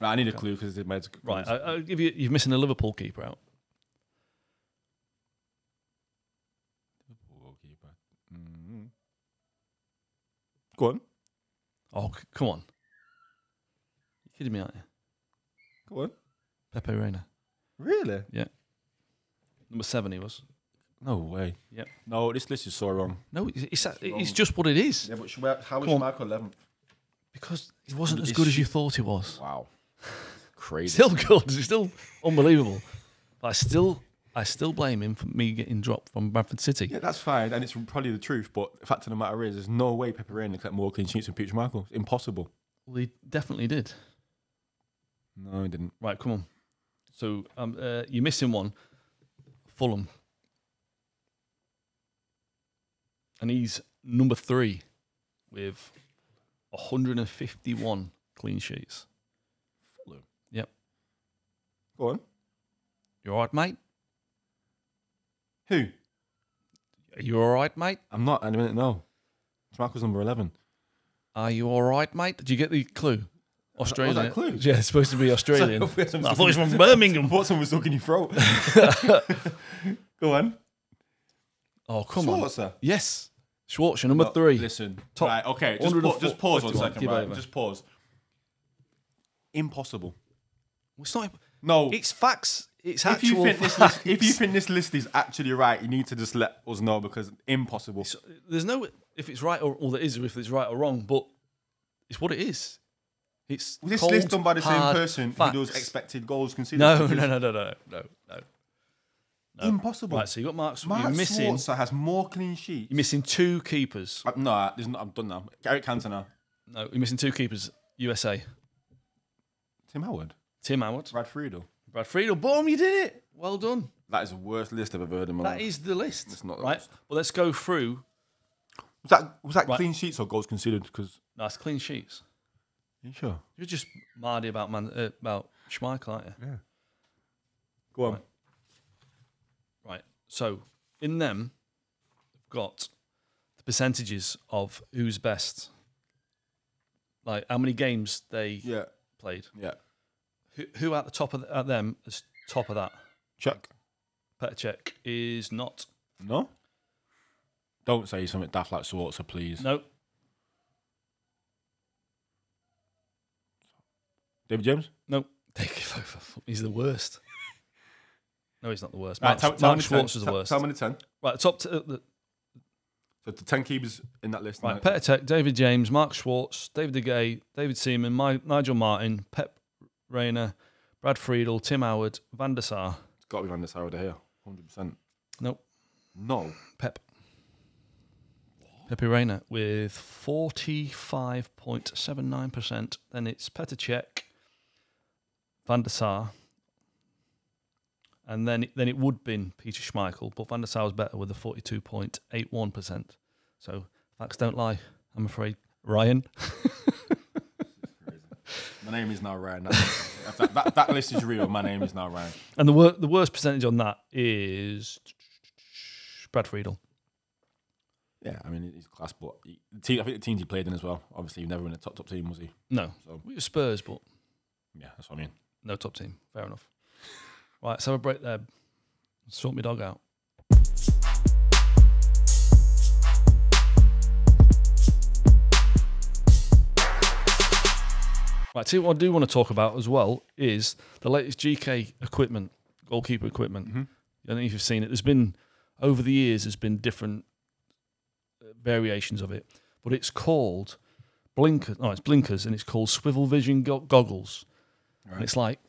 [SPEAKER 2] Right, I need a clue because it made
[SPEAKER 1] Right, I, I'll give you. You're missing a Liverpool keeper out.
[SPEAKER 2] goalkeeper. Mm. Go on,
[SPEAKER 1] Oh, c- come on. You kidding me, aren't you?
[SPEAKER 2] go on.
[SPEAKER 1] Pepe Reina.
[SPEAKER 2] Really?
[SPEAKER 1] Number seven, he was.
[SPEAKER 2] No way.
[SPEAKER 1] Yep.
[SPEAKER 2] No, this list is so wrong.
[SPEAKER 1] No, it's it's, it's just what it is
[SPEAKER 2] Yeah, but Schme- how was
[SPEAKER 1] Come
[SPEAKER 2] Schmeichel eleventh?
[SPEAKER 1] because it wasn't as
[SPEAKER 2] It's
[SPEAKER 1] good as you thought it was.
[SPEAKER 2] Wow,
[SPEAKER 1] [laughs]
[SPEAKER 2] crazy.
[SPEAKER 1] Still good, it's still unbelievable. But I still, I still blame him for me getting dropped from Bradford City.
[SPEAKER 2] [laughs] Yeah, that's fine, and it's probably the truth. But the fact of the matter is, there's no way Pepe Reina kept more clean sheets than Peter Schmeichel. It's impossible.
[SPEAKER 1] Well, he definitely did.
[SPEAKER 2] No, he didn't.
[SPEAKER 1] Right, come on. So um, uh, you're missing one, Fulham, and he's number three with 151 clean sheets.
[SPEAKER 2] Fulham.
[SPEAKER 1] Yep,
[SPEAKER 2] Go on.
[SPEAKER 1] you're all right, mate.
[SPEAKER 2] Who?
[SPEAKER 1] Are you all right, mate?
[SPEAKER 2] I'm not. I don't know. Schmeichel's number eleven. [laughs]
[SPEAKER 1] Are you all right, mate? Did you get the clue? Australian. eh?
[SPEAKER 2] that clue?
[SPEAKER 1] Yeah, it's supposed to
[SPEAKER 2] [laughs]
[SPEAKER 1] be Australian. [laughs] I
[SPEAKER 2] Sorry, I'm
[SPEAKER 1] thought it was from
[SPEAKER 2] [laughs]
[SPEAKER 1] Birmingham.
[SPEAKER 2] Watson was stuck in
[SPEAKER 1] [laughs]
[SPEAKER 2] your throat. Go on.
[SPEAKER 1] Oh, come on.
[SPEAKER 2] Schwarzer.
[SPEAKER 1] Yes. Schwarzer, number three.
[SPEAKER 2] Listen.
[SPEAKER 1] Top
[SPEAKER 2] right, okay. Just,
[SPEAKER 1] 104
[SPEAKER 2] pa- just pause one
[SPEAKER 1] 51,
[SPEAKER 2] second,
[SPEAKER 1] give
[SPEAKER 2] right?
[SPEAKER 1] over.
[SPEAKER 2] Just pause. Impossible.
[SPEAKER 1] It's not.
[SPEAKER 2] No.
[SPEAKER 1] It's facts. It's
[SPEAKER 2] if
[SPEAKER 1] actual
[SPEAKER 2] you, think this
[SPEAKER 1] facts.
[SPEAKER 2] list, if
[SPEAKER 1] [laughs]
[SPEAKER 2] you think this list is actually right, you need to just let us know because impossible.
[SPEAKER 1] There's no. If it's right or all there is, or if it's right or wrong, but it's what it is. It's
[SPEAKER 2] Was this
[SPEAKER 1] cold,
[SPEAKER 2] list done by the same
[SPEAKER 1] hard
[SPEAKER 2] person
[SPEAKER 1] facts.
[SPEAKER 2] who does expected goals conceded?
[SPEAKER 1] [laughs] No,
[SPEAKER 2] Because
[SPEAKER 1] no, no, no, no, no, no.
[SPEAKER 2] Impossible.
[SPEAKER 1] Right, so you got Mark.
[SPEAKER 2] Mark
[SPEAKER 1] you're missing.
[SPEAKER 2] Schwarzer has more clean sheets.
[SPEAKER 1] You're missing two keepers.
[SPEAKER 2] Uh, no, there's not, I'm done now. Eric Cantona,
[SPEAKER 1] No, you're missing two keepers. USA.
[SPEAKER 2] Tim Howard,
[SPEAKER 1] Tim Howard.
[SPEAKER 2] Brad Friedel.
[SPEAKER 1] Brad Friedel, boom, you did it. Well done.
[SPEAKER 2] That is the worst list I've ever heard in my
[SPEAKER 1] That
[SPEAKER 2] life.
[SPEAKER 1] is the list.
[SPEAKER 2] not the
[SPEAKER 1] right.
[SPEAKER 2] list.
[SPEAKER 1] Well, let's go through.
[SPEAKER 2] was that, was that clean sheets or goals conceded? Because
[SPEAKER 1] Nice clean sheets.
[SPEAKER 2] you sure?
[SPEAKER 1] You're just mardy about man uh, about Schmeichel, aren't you?
[SPEAKER 2] Go on.
[SPEAKER 1] Right. So in them, we've got the percentages of who's best, like how many games they
[SPEAKER 2] Yeah,
[SPEAKER 1] played.
[SPEAKER 2] yeah.
[SPEAKER 1] Who, who at the top of at them is top of that?
[SPEAKER 2] Check.
[SPEAKER 1] Petr Cech is not.
[SPEAKER 2] No. Don't say something daft like Swartzer, please.
[SPEAKER 1] No.
[SPEAKER 2] David James.
[SPEAKER 1] No, [laughs] David Fofa. He's the
[SPEAKER 2] [laughs]
[SPEAKER 1] worst. No, he's not the worst.
[SPEAKER 2] Right,
[SPEAKER 1] Mark,
[SPEAKER 2] tell, tell
[SPEAKER 1] Mark
[SPEAKER 2] me
[SPEAKER 1] Schwartz
[SPEAKER 2] ten.
[SPEAKER 1] is the
[SPEAKER 2] Tell-
[SPEAKER 1] worst.
[SPEAKER 2] Tell me the ten.
[SPEAKER 1] right, top t- uh, the,
[SPEAKER 2] So the ten keepers in that list.
[SPEAKER 1] right.
[SPEAKER 2] mate.
[SPEAKER 1] Petr Tech, David James, Mark Schwartz, David De Gea, David Seaman, My, Nigel Martin, Pep Reina, Brad Friedel, Tim Howard, Van der Sar.
[SPEAKER 2] It's got to be Van der Sar De Gea, hundred percent.
[SPEAKER 1] Nope.
[SPEAKER 2] No,
[SPEAKER 1] Pep. Pepe Reina with 45.79%. Then it's Petr Cech, Van der Sar. And then, then it would have been Peter Schmeichel, but Van der Sar was better with a 42.81%. So facts don't lie, I'm afraid. Ryan.
[SPEAKER 2] my name is now Ryan. That, that, that, that list is real. My name is now Ryan.
[SPEAKER 1] And the, wor- the worst percentage on that is Brad Friedel.
[SPEAKER 2] Yeah, I mean he's class, but he, the team, I think the teams he played in as well. Obviously, he was never in a top top team, was he?
[SPEAKER 1] No.
[SPEAKER 2] So-
[SPEAKER 1] We were Spurs, but
[SPEAKER 2] Yeah, that's what I mean.
[SPEAKER 1] no top team. Fair enough. Right, let's have a break there. Sort my dog out. Right, see what I do want to talk about as well is the latest GK equipment, goalkeeper equipment.
[SPEAKER 2] Mm-hmm.
[SPEAKER 1] I don't know if you've seen it. There's been over the years, there's been different uh, variations of it, but it's called blinkers. No, it's blinkers, and it's called swivel vision go- goggles. And it's like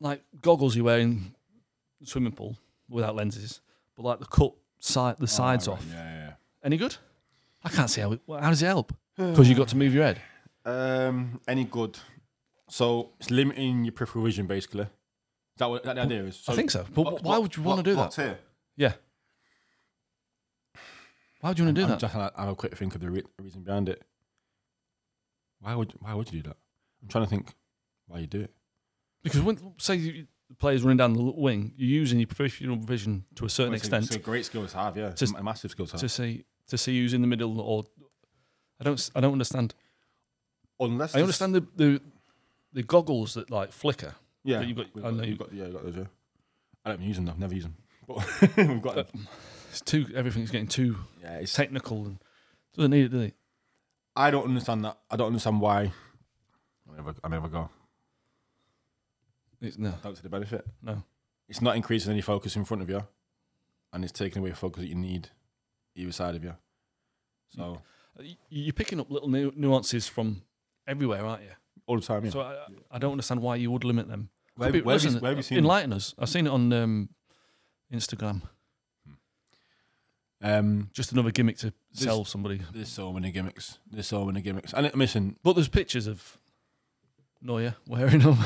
[SPEAKER 1] like goggles you wear in the swimming pool without lenses, but like the cut side the sides
[SPEAKER 2] Right,
[SPEAKER 1] off.
[SPEAKER 2] Oh, Yeah,
[SPEAKER 1] Any good? I can't see how it. How does it help? Because you got to move your head.
[SPEAKER 2] yeah. Um, any good? So it's limiting your peripheral vision, basically. Is that what is that the idea is? So
[SPEAKER 1] I think so. But
[SPEAKER 2] Lock-
[SPEAKER 1] why
[SPEAKER 2] lock-
[SPEAKER 1] would you want
[SPEAKER 2] lock-
[SPEAKER 1] to do
[SPEAKER 2] lock's
[SPEAKER 1] that?
[SPEAKER 2] Here.
[SPEAKER 1] Yeah. Why would you want to do
[SPEAKER 2] I'm
[SPEAKER 1] that?
[SPEAKER 2] just trying to have a quick think of the re- reason behind it. Why would why would you do that? I'm trying to think why you do it.
[SPEAKER 1] Because when say you, the player's running down the l- wing, you're using your professional vision to a certain
[SPEAKER 2] It's a-
[SPEAKER 1] extent
[SPEAKER 2] it's a great skill to have, yeah. It's
[SPEAKER 1] Just-
[SPEAKER 2] a massive skill to have.
[SPEAKER 1] to see to see who's in the middle or. I don't. s- I don't understand.
[SPEAKER 2] Unless
[SPEAKER 1] I understand the the, the goggles that like flicker.
[SPEAKER 2] Yeah,
[SPEAKER 1] that you've got-
[SPEAKER 2] we've
[SPEAKER 1] I know
[SPEAKER 2] we've
[SPEAKER 1] you've-
[SPEAKER 2] got. Yeah, we've got those. Yeah. I don't use them. though. Never use them. But [laughs] we've
[SPEAKER 1] Uh,
[SPEAKER 2] got. Them.
[SPEAKER 1] It's too. Everything's getting too
[SPEAKER 2] Yeah, it's.
[SPEAKER 1] technical and doesn't need it, does it?
[SPEAKER 2] I don't understand that. I don't understand why. I never, I never go.
[SPEAKER 1] It's, no.
[SPEAKER 2] Don't see the benefit.
[SPEAKER 1] No.
[SPEAKER 2] It's not increasing any focus in front of you, and it's taking away focus that you need either side of you. So
[SPEAKER 1] Y- You're picking up little nu- nuances from everywhere, aren't you?
[SPEAKER 2] all the time. Yeah.
[SPEAKER 1] So I, I don't understand why you would limit them.
[SPEAKER 2] where,
[SPEAKER 1] Could be-
[SPEAKER 2] where, have you,
[SPEAKER 1] listen, uh,
[SPEAKER 2] where have you seen? it?
[SPEAKER 1] Enlighten us. I've seen it on um, Instagram.
[SPEAKER 2] um,
[SPEAKER 1] Just another gimmick to
[SPEAKER 2] This-
[SPEAKER 1] sell somebody.
[SPEAKER 2] there's so many gimmicks. There's so many gimmicks. And
[SPEAKER 1] [laughs]
[SPEAKER 2] it- listen,
[SPEAKER 1] But there's pictures of Neuer wearing them.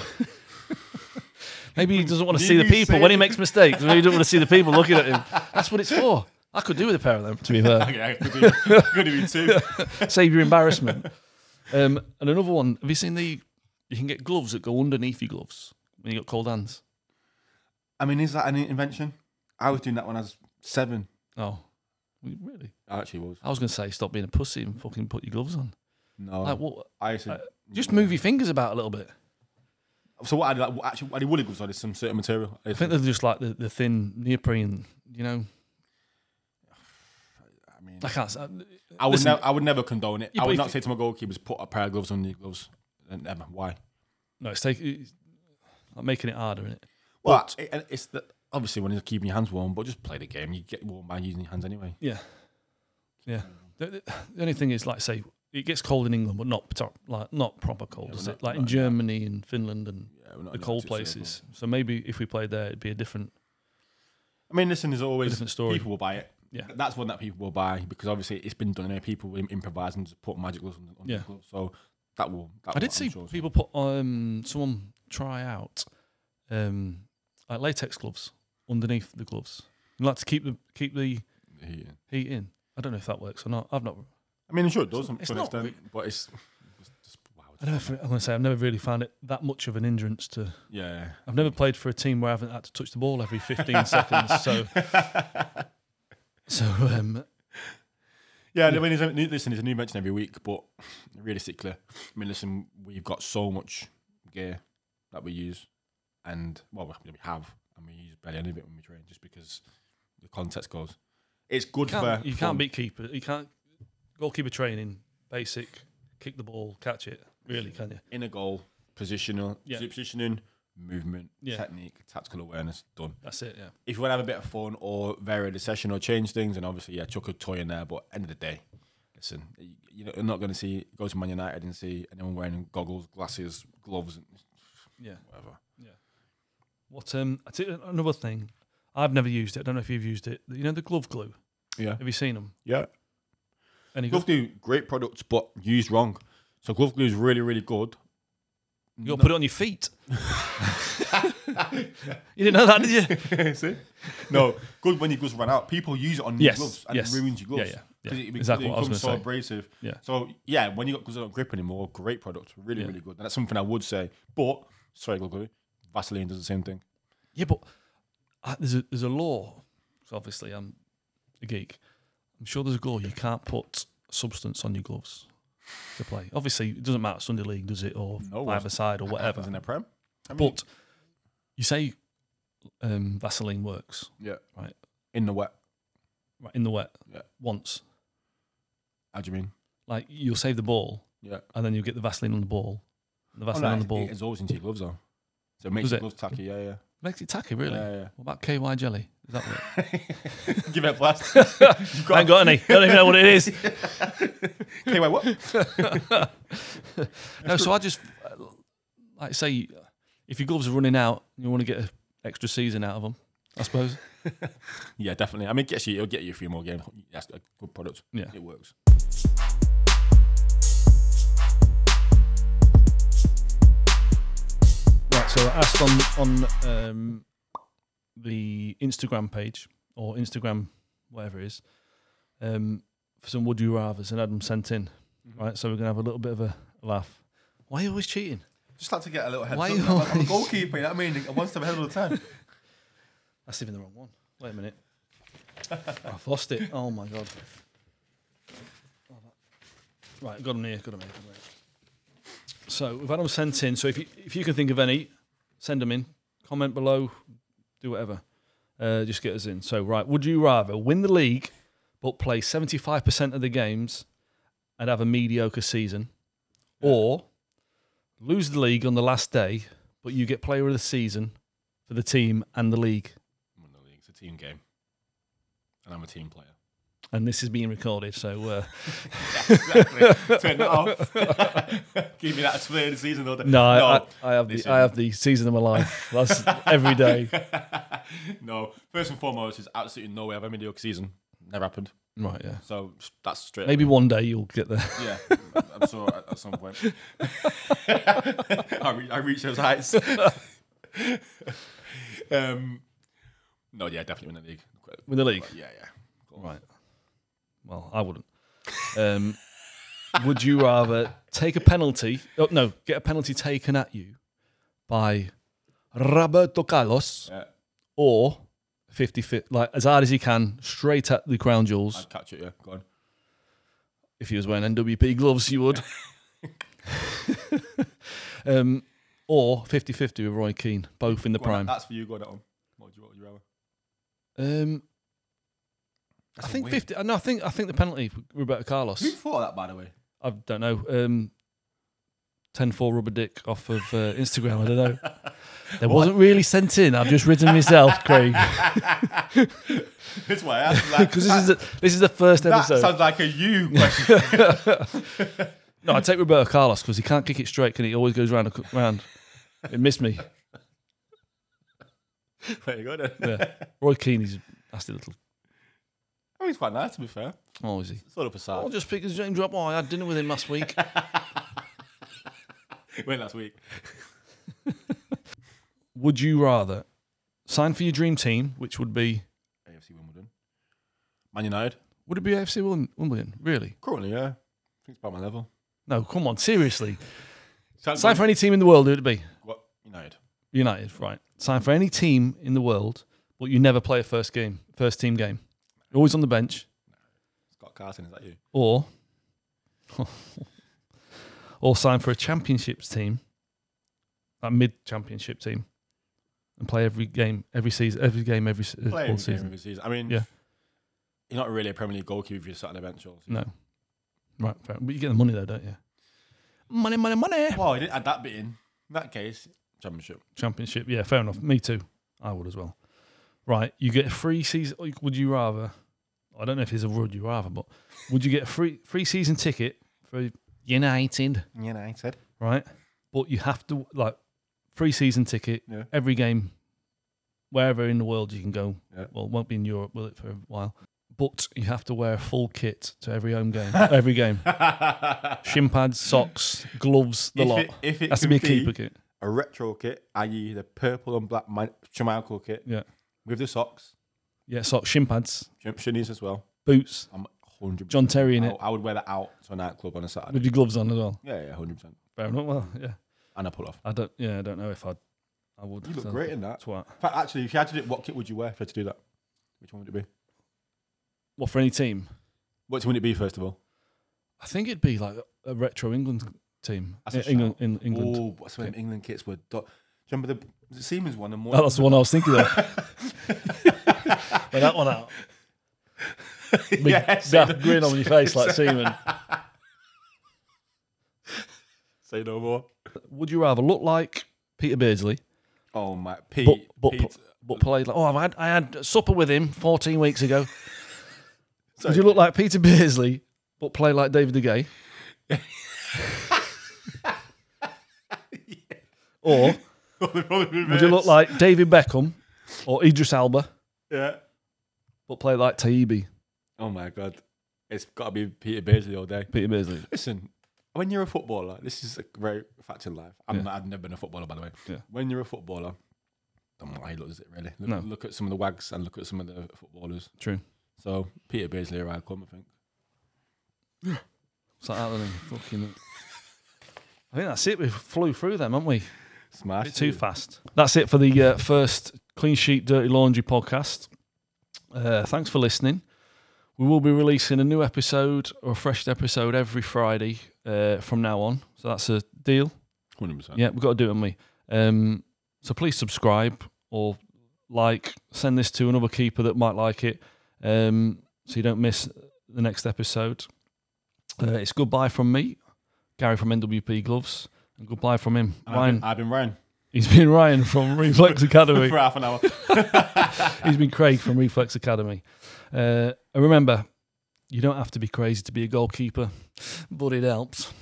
[SPEAKER 1] [laughs] Maybe he doesn't want to
[SPEAKER 2] Did
[SPEAKER 1] see the
[SPEAKER 2] you
[SPEAKER 1] people
[SPEAKER 2] say-
[SPEAKER 1] when he makes mistakes. Maybe he doesn't want to see the people looking at him. That's what it's for. I could do with a pair of them,
[SPEAKER 2] [laughs]
[SPEAKER 1] to be fair.
[SPEAKER 2] yeah, could do, [laughs] could do too.
[SPEAKER 1] Save your embarrassment. [laughs] Um, and another one. Have you seen the? You can get gloves that go underneath your gloves when you got cold hands.
[SPEAKER 2] I mean, is that an invention? I was doing that when I was seven.
[SPEAKER 1] Oh, really?
[SPEAKER 2] I actually was.
[SPEAKER 1] I was going to say stop being a pussy and fucking put your gloves on.
[SPEAKER 2] No,
[SPEAKER 1] Like what?
[SPEAKER 2] I used to-
[SPEAKER 1] Just move your fingers about a little bit.
[SPEAKER 2] So what I did, like, what- actually, what I did woolly gloves on is some certain material. I,
[SPEAKER 1] I think they're just like the, the thin neoprene. You know,
[SPEAKER 2] mean,
[SPEAKER 1] I can't. I,
[SPEAKER 2] I would,
[SPEAKER 1] listen,
[SPEAKER 2] nev- I would never condone it.
[SPEAKER 1] Yeah,
[SPEAKER 2] I
[SPEAKER 1] but
[SPEAKER 2] would
[SPEAKER 1] if
[SPEAKER 2] not
[SPEAKER 1] you-
[SPEAKER 2] say to my goalkeepers, put a pair of gloves on your gloves. And never. Why?
[SPEAKER 1] no, it's take it's like making it harder, is it?
[SPEAKER 2] Well, it, and it's the, obviously when you're keeping your hands warm, but just play the game. You get warm by using your hands anyway.
[SPEAKER 1] Yeah, yeah. The, the- the only thing is, like, say it gets cold in England, but not top, like not proper cold,
[SPEAKER 2] Yeah,
[SPEAKER 1] does
[SPEAKER 2] we're
[SPEAKER 1] it?
[SPEAKER 2] not-
[SPEAKER 1] Like
[SPEAKER 2] not-
[SPEAKER 1] in Germany and Finland and
[SPEAKER 2] Yeah, we're not
[SPEAKER 1] the
[SPEAKER 2] in that
[SPEAKER 1] cold
[SPEAKER 2] situation,
[SPEAKER 1] places. So maybe if we played there, it'd be a different.
[SPEAKER 2] but- I mean, listen, there's always
[SPEAKER 1] different story.
[SPEAKER 2] People will buy it.
[SPEAKER 1] Yeah.
[SPEAKER 2] that's one that people will buy because obviously it's been done. Anyway. People will improvise and just put magic gloves on. on
[SPEAKER 1] Yeah.
[SPEAKER 2] yeah. gloves. So that will.
[SPEAKER 1] I
[SPEAKER 2] That will
[SPEAKER 1] did
[SPEAKER 2] I'm
[SPEAKER 1] see
[SPEAKER 2] sure.
[SPEAKER 1] people put um someone try out um like latex gloves underneath the gloves, like to keep the keep the
[SPEAKER 2] Yeah.
[SPEAKER 1] heat in. I don't know if that works or not. I've not.
[SPEAKER 2] I mean, I'm sure it does to
[SPEAKER 1] it's
[SPEAKER 2] an
[SPEAKER 1] not
[SPEAKER 2] extent,
[SPEAKER 1] re-
[SPEAKER 2] but it's, it's just wow.
[SPEAKER 1] I never. I'm gonna say I've never really found it that much of an hindrance to.
[SPEAKER 2] Yeah.
[SPEAKER 1] I've never played for a team where I haven't had to touch the ball every 15 seconds. So, so um,
[SPEAKER 2] Yeah, I mean, there's a new, listen, there's a new mention every week, but realistically, I mean, listen, we've got so much gear that we use, and well, we have, and we use barely any of it when we train, just because the context goes. It's good
[SPEAKER 1] can't-
[SPEAKER 2] for
[SPEAKER 1] you
[SPEAKER 2] fun.
[SPEAKER 1] can't beat keeper. You can't goalkeeper training. Basic, kick the ball, catch it. Really, can you?
[SPEAKER 2] in a goal. positional,
[SPEAKER 1] Yeah.
[SPEAKER 2] positioning, movement,
[SPEAKER 1] Yeah.
[SPEAKER 2] technique, tactical awareness, done.
[SPEAKER 1] That's it. Yeah.
[SPEAKER 2] If you want to have a bit of fun or vary the session or change things, and obviously, yeah, chuck a toy in there. But end of the day, listen, you- you're not going to see go to Man United and see anyone wearing goggles, glasses, gloves, and
[SPEAKER 1] Yeah.
[SPEAKER 2] whatever.
[SPEAKER 1] What um, I tell you another thing, I've never used it. I don't know if you've used it. You know the glove glue.
[SPEAKER 2] Yeah,
[SPEAKER 1] Have you seen them?
[SPEAKER 2] yeah.
[SPEAKER 1] Any
[SPEAKER 2] Glove
[SPEAKER 1] good?
[SPEAKER 2] glue, great product, but used wrong. So glove glue is really, really good.
[SPEAKER 1] You got to put it on your feet. [laughs] you didn't know that, did you?
[SPEAKER 2] See? [laughs] No, good when your gloves run out. People use it on new
[SPEAKER 1] Yes,
[SPEAKER 2] gloves and
[SPEAKER 1] yes.
[SPEAKER 2] it ruins your gloves.
[SPEAKER 1] Yeah, yeah, yeah.
[SPEAKER 2] 'Cause It becomes,
[SPEAKER 1] Exactly
[SPEAKER 2] it
[SPEAKER 1] what I was
[SPEAKER 2] becomes so
[SPEAKER 1] gonna say.
[SPEAKER 2] abrasive.
[SPEAKER 1] Yeah.
[SPEAKER 2] So yeah, when you got gloves that don't grip anymore, great product. Really,
[SPEAKER 1] Yeah.
[SPEAKER 2] really good. And that's something I would say. But sorry, glove glue. Vaseline does the same thing.
[SPEAKER 1] Yeah, but uh, there's a, there's a law. So obviously, I'm a geek. I'm sure there's a law you can't put substance on your gloves to play. Obviously, it doesn't matter Sunday league, does it, or
[SPEAKER 2] No,
[SPEAKER 1] five a side or whatever.
[SPEAKER 2] Happens in a prem. I mean,
[SPEAKER 1] But you say um, Vaseline works
[SPEAKER 2] yeah,
[SPEAKER 1] Right.
[SPEAKER 2] in the wet.
[SPEAKER 1] right, in the wet
[SPEAKER 2] Yeah.
[SPEAKER 1] once.
[SPEAKER 2] How do you mean?
[SPEAKER 1] Like you'll save the ball,
[SPEAKER 2] Yeah.
[SPEAKER 1] and then you'll get the Vaseline on the ball. and the
[SPEAKER 2] Oh,
[SPEAKER 1] Vaseline
[SPEAKER 2] no,
[SPEAKER 1] on the
[SPEAKER 2] it-
[SPEAKER 1] ball
[SPEAKER 2] It's always into your gloves though. So it makes
[SPEAKER 1] Does
[SPEAKER 2] your
[SPEAKER 1] it?
[SPEAKER 2] gloves tacky. Yeah, yeah.
[SPEAKER 1] makes it tacky, really.
[SPEAKER 2] Yeah, yeah.
[SPEAKER 1] What about KY jelly? Is that
[SPEAKER 2] [laughs]
[SPEAKER 1] what?
[SPEAKER 2] Give it
[SPEAKER 1] [laughs]
[SPEAKER 2] a blast. You've
[SPEAKER 1] I
[SPEAKER 2] got
[SPEAKER 1] ain't got any. Don't even know what it is.
[SPEAKER 2] [laughs] okay, wait, what?
[SPEAKER 1] No, so I just uh, like say if your gloves are running out, you want to get an extra season out of them. I suppose.
[SPEAKER 2] Yeah, definitely. I mean, it gets you. It'll get you a few more games. That's a good product.
[SPEAKER 1] Yeah.
[SPEAKER 2] it works.
[SPEAKER 1] Right. So I asked on on um, the Instagram page or Instagram whatever it is um, for some would you rather's and Adam sent in.
[SPEAKER 2] Mm-hmm.
[SPEAKER 1] Right. So we're gonna have a little bit of a laugh. Why are you always cheating?
[SPEAKER 2] Just like to get a little head.
[SPEAKER 1] Why up. you I'm- I'm a always-
[SPEAKER 2] goalkeeper. You know what I mean? I want to have ahead all the time.
[SPEAKER 1] That's even the wrong one. Wait a minute. [laughs] I've lost it. Oh my god. Oh, that- Right, got 'em here, got 'em here, got 'em here. So we've had them sent in. So if you, if you can think of any, send them in. Comment below, do whatever. Uh, just get us in. So right, would you rather win the league but play seventy five percent of the games and have a mediocre season, or lose the league on the last day but you get player of the season for the team and the league?
[SPEAKER 2] I'm in the league. It's a team game, and I'm a team player.
[SPEAKER 1] and this is being recorded. So [laughs] uh,
[SPEAKER 2] [laughs] Exactly. Turn that [laughs] off. Give me that player of the season. All day.
[SPEAKER 1] no, I, I, I have the
[SPEAKER 2] this
[SPEAKER 1] I have the season of my life. That's every day.
[SPEAKER 2] no. First and foremost, there's absolutely no way I've had a mediocre season. Never happened.
[SPEAKER 1] [laughs] Right, yeah.
[SPEAKER 2] So that's straight.
[SPEAKER 1] Maybe one day you'll get there.
[SPEAKER 2] Yeah, I'm sure at, at some point. [laughs] I, re- I reach those heights. [laughs] um, no, yeah, definitely win the league. Quite-
[SPEAKER 1] Win the league.
[SPEAKER 2] quite- Yeah, yeah. Go on.
[SPEAKER 1] Right. Well, I wouldn't. Um, would you rather take a penalty? Oh, no, get a penalty taken at you by Roberto Carlos
[SPEAKER 2] Yeah,
[SPEAKER 1] or 50 fit, like as hard as he can, straight at the crown jewels.
[SPEAKER 2] I'd catch it, yeah. Go on.
[SPEAKER 1] If he was wearing NWP gloves, you
[SPEAKER 2] [laughs]
[SPEAKER 1] would. um, or 50 50 with Roy Keane, both in the
[SPEAKER 2] Go on,
[SPEAKER 1] prime.
[SPEAKER 2] That's for you, go on that one. What would you, what would you rather?
[SPEAKER 1] Um, I
[SPEAKER 2] a
[SPEAKER 1] think
[SPEAKER 2] win.
[SPEAKER 1] 50. No, I think I think the penalty, Roberto
[SPEAKER 2] Who
[SPEAKER 1] Carlos.
[SPEAKER 2] thought that, by the way?
[SPEAKER 1] I don't know. Um, 10 4 rubber dick off of uh, Instagram. I don't know.
[SPEAKER 2] [laughs]
[SPEAKER 1] There wasn't really sent in. I've just written myself, Craig. [laughs]
[SPEAKER 2] That's why I asked that.
[SPEAKER 1] Because this, is the this is the first
[SPEAKER 2] that
[SPEAKER 1] episode.
[SPEAKER 2] sounds like
[SPEAKER 1] [laughs]
[SPEAKER 2] a you question. [laughs]
[SPEAKER 1] no, I take Roberto Carlos because he can't kick it straight and he always goes round. and round. It missed
[SPEAKER 2] [laughs]
[SPEAKER 1] me.
[SPEAKER 2] there you go, then. [laughs]
[SPEAKER 1] Yeah. Roy Keane is a nasty little.
[SPEAKER 2] Oh, he's quite nice, to be fair.
[SPEAKER 1] Oh, is he?
[SPEAKER 2] Sort of a
[SPEAKER 1] I'll
[SPEAKER 2] side.
[SPEAKER 1] just pick his James up. Oh, I had dinner with him last week.
[SPEAKER 2] Went last week.
[SPEAKER 1] [laughs] would you rather sign for your dream team, which would be
[SPEAKER 2] AFC Wimbledon. Man United.
[SPEAKER 1] would it be AFC Wim- Wimbledon? Really?
[SPEAKER 2] Currently, yeah. I think it's about my level.
[SPEAKER 1] No, come on, seriously.
[SPEAKER 2] Sounds
[SPEAKER 1] Sign for any team in the world, who would it be?
[SPEAKER 2] What United?
[SPEAKER 1] United, right? Sign for any team in the world, but you never play a first game, first team game. You're always on the bench,
[SPEAKER 2] Scott Carson, is that you?
[SPEAKER 1] or [laughs] or sign for a championships team, a mid-championship team, and play every game, every season, every game, every se-
[SPEAKER 2] Play
[SPEAKER 1] all
[SPEAKER 2] every game
[SPEAKER 1] season.
[SPEAKER 2] every season. I mean,
[SPEAKER 1] Yeah.
[SPEAKER 2] you're not really a Premier League goalkeeper if you're sat on the bench all season.
[SPEAKER 1] No, right? Fair. But you get the money though, don't you? Money, money, money.
[SPEAKER 2] Well, I didn't add that bit in. that case, championship.
[SPEAKER 1] Championship. Yeah, fair enough. Me too. I would as well. Right, you get a free season. Would you rather? I don't know if it's a would you rather, but would you get a free free season ticket for United?
[SPEAKER 2] [laughs] United.
[SPEAKER 1] Right, but you have to like free season ticket
[SPEAKER 2] Yeah.
[SPEAKER 1] every game, wherever in the world you can go.
[SPEAKER 2] Yeah.
[SPEAKER 1] Well, it won't be in Europe, will it, for a while? But you have to wear a full kit to every home game. every game, shin pads, socks, gloves, the
[SPEAKER 2] If
[SPEAKER 1] lot.
[SPEAKER 2] it- if it
[SPEAKER 1] has to
[SPEAKER 2] can
[SPEAKER 1] be a
[SPEAKER 2] be-
[SPEAKER 1] keeper kit.
[SPEAKER 2] a retro kit, i.e., the purple and black man- Jamaica kit
[SPEAKER 1] Yeah,
[SPEAKER 2] with the socks,
[SPEAKER 1] yeah, socks, shin pads,
[SPEAKER 2] jump shinies as well.
[SPEAKER 1] boots,
[SPEAKER 2] I'm 100
[SPEAKER 1] John Terry in
[SPEAKER 2] I,
[SPEAKER 1] it
[SPEAKER 2] I would wear that out to a nightclub on a Saturday.
[SPEAKER 1] with your gloves on as well.
[SPEAKER 2] Yeah, yeah, 100%.
[SPEAKER 1] Fair enough. Well, yeah.
[SPEAKER 2] And I pull off.
[SPEAKER 1] I don't. Yeah, I don't know if I. I would.
[SPEAKER 2] You look
[SPEAKER 1] so-
[SPEAKER 2] great in that.
[SPEAKER 1] That's what.
[SPEAKER 2] In fact, actually, if you had to do it, what kit would you wear if you had to do that? Which one would it be?
[SPEAKER 1] What for any team?
[SPEAKER 2] Which one would it be, first of all?
[SPEAKER 1] I think it'd be like a retro England team.
[SPEAKER 2] That's a
[SPEAKER 1] Eh, England, in England.
[SPEAKER 2] Oh, what's when England kits were. Do- do you remember the, was it
[SPEAKER 1] [laughs]
[SPEAKER 2] Siemens one? And
[SPEAKER 1] Oh, that's the one I was thinking
[SPEAKER 2] [laughs]
[SPEAKER 1] of. Wait that one out. Big
[SPEAKER 2] [laughs] Yes,
[SPEAKER 1] daft grin on your face,
[SPEAKER 2] [laughs]
[SPEAKER 1] like Seaman.
[SPEAKER 2] Say no more.
[SPEAKER 1] Would you rather look like Peter Beardsley,
[SPEAKER 2] Oh, my. Pete.
[SPEAKER 1] but but
[SPEAKER 2] Pete.
[SPEAKER 1] but play like? Oh, I've had I had supper with him 14 weeks
[SPEAKER 2] [laughs]
[SPEAKER 1] ago.
[SPEAKER 2] Sorry.
[SPEAKER 1] Would you look like Peter Beardsley, but play like David De
[SPEAKER 2] [laughs]
[SPEAKER 1] Gea? Or Would you look like David Beckham or Idris Alba,
[SPEAKER 2] Yeah.
[SPEAKER 1] but play like Taibbi,
[SPEAKER 2] Oh, my God. It's got to be Peter Beardsley all day.
[SPEAKER 1] Peter Beardsley?
[SPEAKER 2] Listen, when you're a footballer, this is a great fact in life. I'm, I've never been a footballer, by the way.
[SPEAKER 1] Yeah.
[SPEAKER 2] When you're a footballer, don't matter how you look, does it really? Look,
[SPEAKER 1] No.
[SPEAKER 2] look at some of the wags and look at some of the footballers.
[SPEAKER 1] True.
[SPEAKER 2] So Peter Beardsley arrived come, I think.
[SPEAKER 1] It's like that, then, fucking. I think that's it. We flew through them, haven't we?
[SPEAKER 2] Smash.
[SPEAKER 1] Bit too fast. That's it for the uh, first Clean Sheet Dirty Laundry podcast. Uh, thanks for listening. We will be releasing a new episode or a fresh episode every Friday uh, from now on. So that's a deal.
[SPEAKER 2] 100%.
[SPEAKER 1] Yeah, we've got to do it, haven't we? Um, so please subscribe or like, send this to another keeper that might like it um, so you don't miss the next episode. Uh, it's goodbye from me, Gary from NWP Gloves, and goodbye from him,
[SPEAKER 2] And
[SPEAKER 1] Ryan.
[SPEAKER 2] I've, been, I've been Ryan
[SPEAKER 1] He's been Ryan from Reflex Academy.
[SPEAKER 2] [laughs] for half an hour. [laughs]
[SPEAKER 1] He's been Craig from Reflex Academy. Uh, and remember, you don't have to be crazy to be a goalkeeper, but it helps.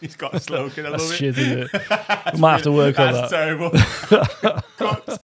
[SPEAKER 2] He's got a slogan. I love
[SPEAKER 1] That's
[SPEAKER 2] it.
[SPEAKER 1] shit, isn't it? We might have to work on
[SPEAKER 2] That's
[SPEAKER 1] that.
[SPEAKER 2] terrible.